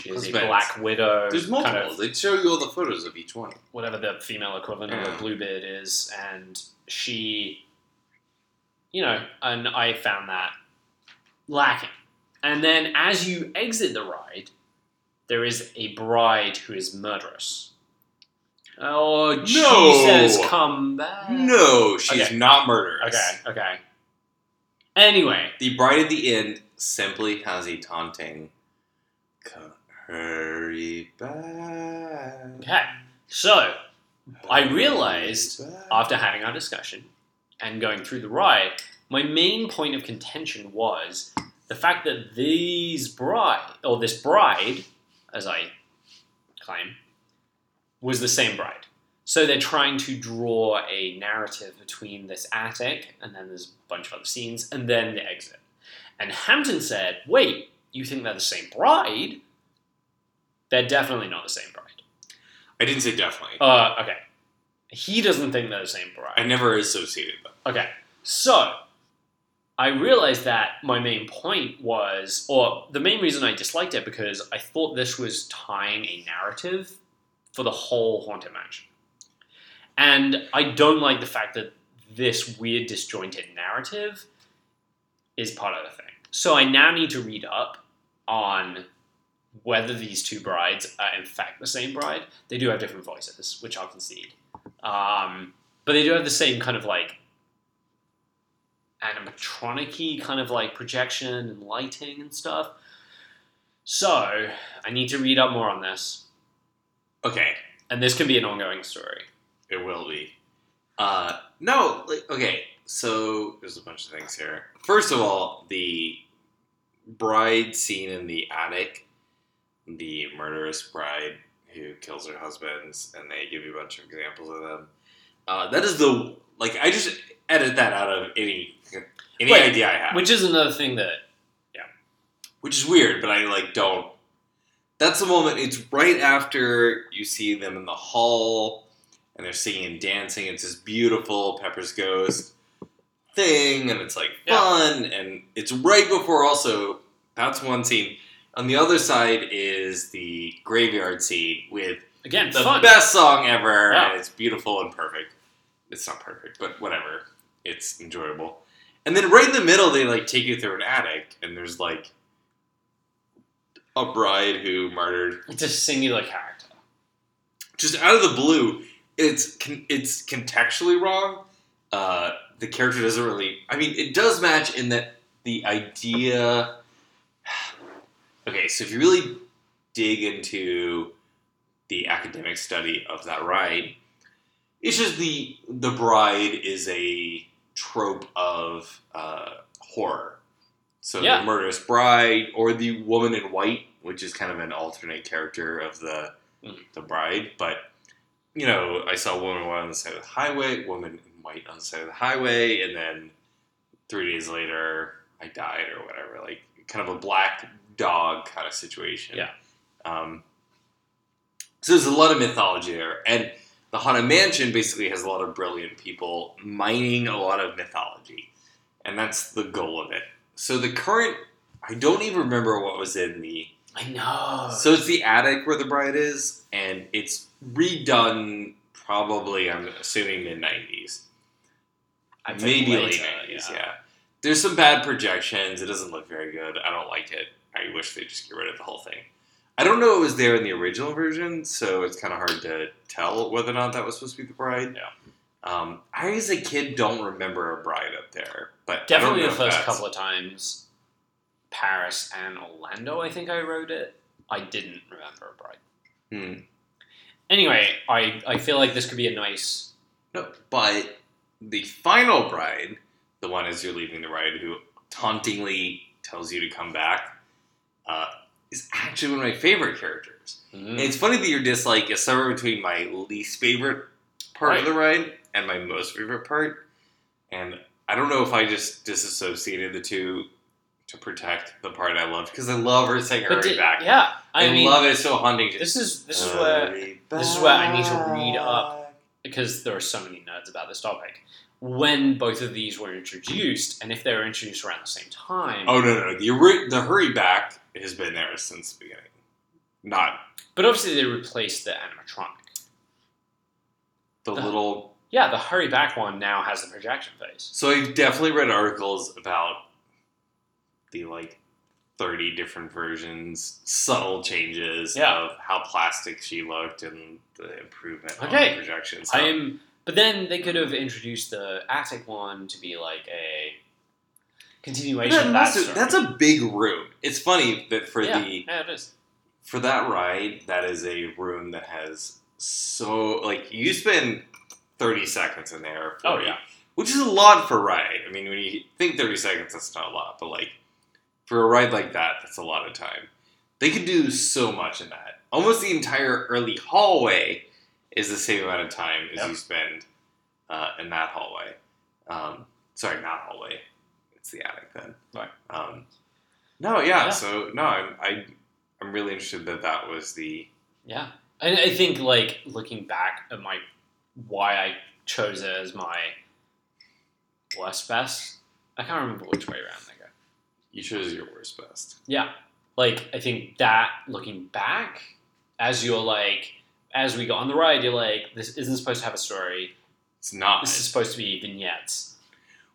[SPEAKER 2] She is a
[SPEAKER 1] Husbands.
[SPEAKER 2] black widow.
[SPEAKER 1] There's
[SPEAKER 2] kind of
[SPEAKER 1] multiple. They show you all the photos of each one.
[SPEAKER 2] whatever the female equivalent of
[SPEAKER 1] Yeah.
[SPEAKER 2] a bluebeard is, and she, you know, and I found that lacking. And then as you exit the ride, there is a bride who is murderous, Oh, no.
[SPEAKER 1] No.
[SPEAKER 2] Jesus, come back.
[SPEAKER 1] No, she's
[SPEAKER 2] Okay.
[SPEAKER 1] not murderous.
[SPEAKER 2] Okay, okay. Anyway,
[SPEAKER 1] The bride at the end simply has a taunting. "Come, Hurry back.
[SPEAKER 2] okay. So, I realized after having our discussion and going through the ride, my main point of contention was the fact that these bride or this bride, as I claim, was the same bride. So they're trying to draw a narrative between this attic and then there's a bunch of other scenes and then the exit. And Hampton said, "Wait, you think they're the same bride? They're definitely not the same bride."
[SPEAKER 1] I didn't say definitely.
[SPEAKER 2] Uh, okay. He doesn't think they're the same
[SPEAKER 1] I
[SPEAKER 2] bride.
[SPEAKER 1] never associated them.
[SPEAKER 2] Okay. So, I realized that my main point was, or the main reason I disliked it, because I thought this was tying a narrative for the whole Haunted Mansion. And I don't like the fact that this weird, disjointed narrative is part of the thing. So, I now need to read up on whether these two brides are in fact the same bride. They do have different voices, which I'll concede. Um, but they do have the same kind of like animatronic kind of like projection and lighting and stuff. So I need to read up more on this.
[SPEAKER 1] Okay,
[SPEAKER 2] And this can be an ongoing story.
[SPEAKER 1] it will be. Uh, no, like, okay. So there's a bunch of things here. First of all, the bride scene in the attic, the murderous bride who kills her husbands, and they give you a bunch of examples of them. Uh, that is the like I just edit that out of any any
[SPEAKER 2] Wait,
[SPEAKER 1] idea I have,
[SPEAKER 2] Which is another thing that
[SPEAKER 1] which is weird, but I like don't. That's the moment. It's right after you see them in the hall, and they're singing and dancing. It's this beautiful Pepper's Ghost thing, and it's like
[SPEAKER 2] Yeah.
[SPEAKER 1] fun, and it's right before also. That's one scene. On the other side is the graveyard scene with
[SPEAKER 2] again
[SPEAKER 1] the
[SPEAKER 2] fun.
[SPEAKER 1] best song ever.
[SPEAKER 2] Yeah.
[SPEAKER 1] And it's beautiful and perfect. It's not perfect, but whatever. It's enjoyable. And then right in the middle, they like take you through an attic, and there's like a bride who murdered
[SPEAKER 2] It's a singular character.
[SPEAKER 1] just out of the blue. It's con- it's contextually wrong. Uh, the character doesn't really. I mean, it does match in that the idea. <sighs> okay, so if you really dig into the academic study of that ride, it's just the the bride is a trope of uh, horror. So
[SPEAKER 2] Yeah.
[SPEAKER 1] the murderous bride or the woman in white, which is kind of an alternate character of the
[SPEAKER 2] Mhm.
[SPEAKER 1] the bride, but you know, I saw woman in white on the side of the highway, woman in white on the side of the highway, and then three days later I died or whatever. Like kind of a black dog kind of situation.
[SPEAKER 2] Yeah.
[SPEAKER 1] Um, so there's a lot of mythology there, and the Haunted Mansion basically has a lot of brilliant people mining a lot of mythology, and that's the goal of it. So the current, I don't even remember what was in the
[SPEAKER 2] I know.
[SPEAKER 1] so it's the attic where the bride is, and it's redone probably, I'm assuming, mid 90s.
[SPEAKER 2] I think
[SPEAKER 1] Maybe
[SPEAKER 2] later,
[SPEAKER 1] late 90s, yeah. There's some bad projections. It doesn't look very good. I don't like it. I wish they'd just get rid of the whole thing. I don't know it was there in the original version, so it's kind of hard to tell whether or not that was supposed to be the bride.
[SPEAKER 2] Yeah.
[SPEAKER 1] Um, I, as a kid, don't remember a bride up there, but I don't
[SPEAKER 2] Definitely
[SPEAKER 1] know
[SPEAKER 2] the
[SPEAKER 1] if
[SPEAKER 2] first
[SPEAKER 1] that's-
[SPEAKER 2] couple of times, Paris and Orlando, I think I wrote it. I didn't remember a bride.
[SPEAKER 1] Hmm.
[SPEAKER 2] Anyway, I, I feel like this could be a nice.
[SPEAKER 1] No, but the final bride, the one as you're leaving the ride, who tauntingly tells you to come back, uh, is actually one of my favorite characters.
[SPEAKER 2] Mm.
[SPEAKER 1] And it's funny that your dislike is somewhere between my least favorite part of the ride and my most favorite part. And I don't know if I just disassociated the two to protect the part I loved because I love her saying
[SPEAKER 2] But
[SPEAKER 1] "Hurry
[SPEAKER 2] di-
[SPEAKER 1] back."
[SPEAKER 2] Yeah, I,
[SPEAKER 1] I,
[SPEAKER 2] mean,
[SPEAKER 1] love it. It's so haunting.
[SPEAKER 2] this is this
[SPEAKER 1] Uh,
[SPEAKER 2] is where this is where I need to read up. because there are so many nerds about this topic. When both of these were introduced, and if they were introduced around the same time,
[SPEAKER 1] Oh no, no, no. the ori- the hurry back has been there since the beginning. Not
[SPEAKER 2] but obviously they replaced the animatronic.
[SPEAKER 1] the
[SPEAKER 2] The-
[SPEAKER 1] little.
[SPEAKER 2] Yeah, the hurry back one now has the projection face.
[SPEAKER 1] So I've definitely read articles about the like 30 different versions, subtle changes
[SPEAKER 2] Yeah.
[SPEAKER 1] of how plastic she looked and the improvement on
[SPEAKER 2] Okay.
[SPEAKER 1] the projection stuff.
[SPEAKER 2] I am, but then they could have introduced the attic one to be like a
[SPEAKER 1] But
[SPEAKER 2] continuation.
[SPEAKER 1] that
[SPEAKER 2] of that
[SPEAKER 1] must have-
[SPEAKER 2] story.
[SPEAKER 1] that's a big room. It's funny that for
[SPEAKER 2] yeah,
[SPEAKER 1] the
[SPEAKER 2] yeah, it is.
[SPEAKER 1] for that ride, that is a room that has so like you spend thirty seconds in there.
[SPEAKER 2] Oh,
[SPEAKER 1] 40,
[SPEAKER 2] yeah.
[SPEAKER 1] which is a lot for a ride. I mean, when you think thirty seconds, that's not a lot, but like for a ride like that, that's a lot of time. They could do so much in that. Almost the entire early hallway is the same amount of time as
[SPEAKER 2] Yep.
[SPEAKER 1] you spend uh, in that hallway. Um, sorry, not hallway. It's the attic then.
[SPEAKER 2] Right.
[SPEAKER 1] Um, no, yeah,
[SPEAKER 2] Yeah.
[SPEAKER 1] So no, I'm I, I'm really interested that that was the
[SPEAKER 2] Yeah, and I think like looking back at my why I chose it as my worst best. I can't remember which way around they go.
[SPEAKER 1] you chose your worst best.
[SPEAKER 2] Yeah. Like, I think that looking back, as you're like, as we go on the ride, you're like, this isn't supposed to have a story.
[SPEAKER 1] It's not.
[SPEAKER 2] This is supposed to be vignettes.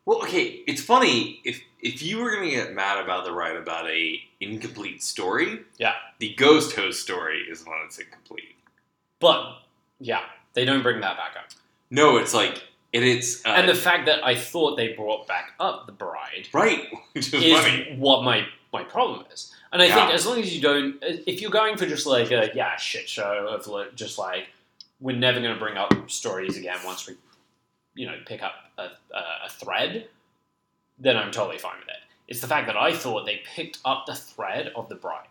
[SPEAKER 1] well, okay. It's funny if if you were gonna get mad about the ride about a incomplete story.
[SPEAKER 2] Yeah.
[SPEAKER 1] The ghost host story is the one that's incomplete.
[SPEAKER 2] But, yeah, they don't bring that back up.
[SPEAKER 1] No, it's like it is. Uh,
[SPEAKER 2] and the fact that I thought they brought back up the bride
[SPEAKER 1] right, <laughs> which is
[SPEAKER 2] is
[SPEAKER 1] funny.
[SPEAKER 2] what my, my problem is. And I
[SPEAKER 1] Yeah.
[SPEAKER 2] think as long as you don't, if you're going for just like a, yeah, shit show of like, just like, we're never going to bring up stories again once we, you know, pick up a, a, a thread, then I'm totally fine with it. It's the fact that I thought they picked up the thread of the bride.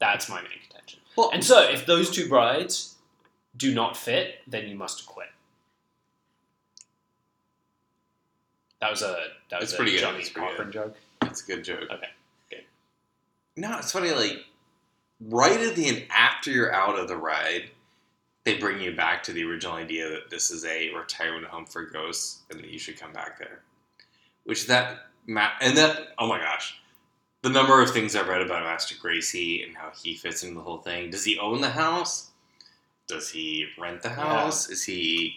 [SPEAKER 2] That's my main contention.
[SPEAKER 1] Well-
[SPEAKER 2] and so if those two brides do not fit, then you must quit. That was a that was
[SPEAKER 1] That's
[SPEAKER 2] a
[SPEAKER 1] pretty good.
[SPEAKER 2] Johnny
[SPEAKER 1] That's pretty
[SPEAKER 2] Cochran joke.
[SPEAKER 1] That's a good joke.
[SPEAKER 2] Okay, good.
[SPEAKER 1] No, it's funny. Like right at the end, after you're out of the ride, they bring you back to the original idea that this is a retirement home for ghosts and that you should come back there. Which that ma- and that oh my gosh, the number of things I've read about Master Gracie and how he fits into the whole thing. Does he own the house? Does he rent the house? Is he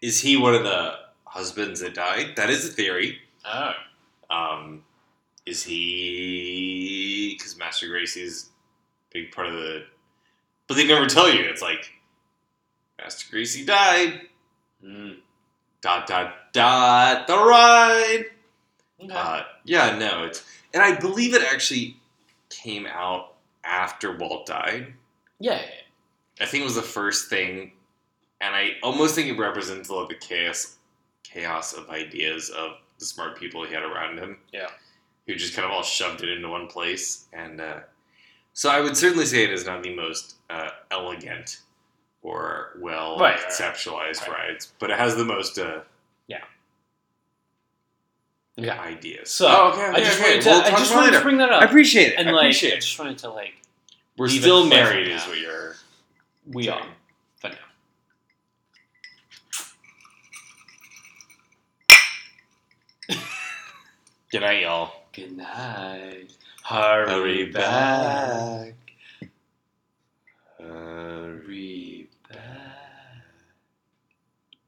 [SPEAKER 1] is he one of the husbands that died? That is a theory.
[SPEAKER 2] Oh,
[SPEAKER 1] Um, is he because Master Gracie's a big part of the, but they never tell you. It's like Master Gracie died.
[SPEAKER 2] Mm.
[SPEAKER 1] Dot dot dot. The ride.
[SPEAKER 2] okay.
[SPEAKER 1] Uh, yeah, no, it's and I believe it actually came out after Walt died.
[SPEAKER 2] yeah, yeah, yeah.
[SPEAKER 1] I think it was the first thing, and I almost think it represents a lot of the chaos, chaos of ideas of the smart people he had around him.
[SPEAKER 2] Yeah.
[SPEAKER 1] who just kind of all shoved it into one place, and uh, so I would certainly say it is not the most uh, elegant or well
[SPEAKER 2] Right, right, right.
[SPEAKER 1] conceptualized
[SPEAKER 2] Right.
[SPEAKER 1] rides, but it has the most uh,
[SPEAKER 2] Yeah.
[SPEAKER 1] ideas. Oh,
[SPEAKER 2] So,
[SPEAKER 1] okay,
[SPEAKER 2] I just
[SPEAKER 1] okay,
[SPEAKER 2] wanted to,
[SPEAKER 1] we'll
[SPEAKER 2] I
[SPEAKER 1] talk
[SPEAKER 2] just
[SPEAKER 1] about it
[SPEAKER 2] wanted to
[SPEAKER 1] later.
[SPEAKER 2] bring that up.
[SPEAKER 1] I appreciate it.
[SPEAKER 2] and
[SPEAKER 1] I
[SPEAKER 2] like,
[SPEAKER 1] appreciate
[SPEAKER 2] I
[SPEAKER 1] it.
[SPEAKER 2] just wanted to like,
[SPEAKER 1] We're
[SPEAKER 2] leave it
[SPEAKER 1] still
[SPEAKER 2] for
[SPEAKER 1] married,
[SPEAKER 2] now.
[SPEAKER 1] is what you're.
[SPEAKER 2] we are
[SPEAKER 1] saying.
[SPEAKER 2] for now.
[SPEAKER 1] Good night, y'all.
[SPEAKER 2] Good night. Hurry back.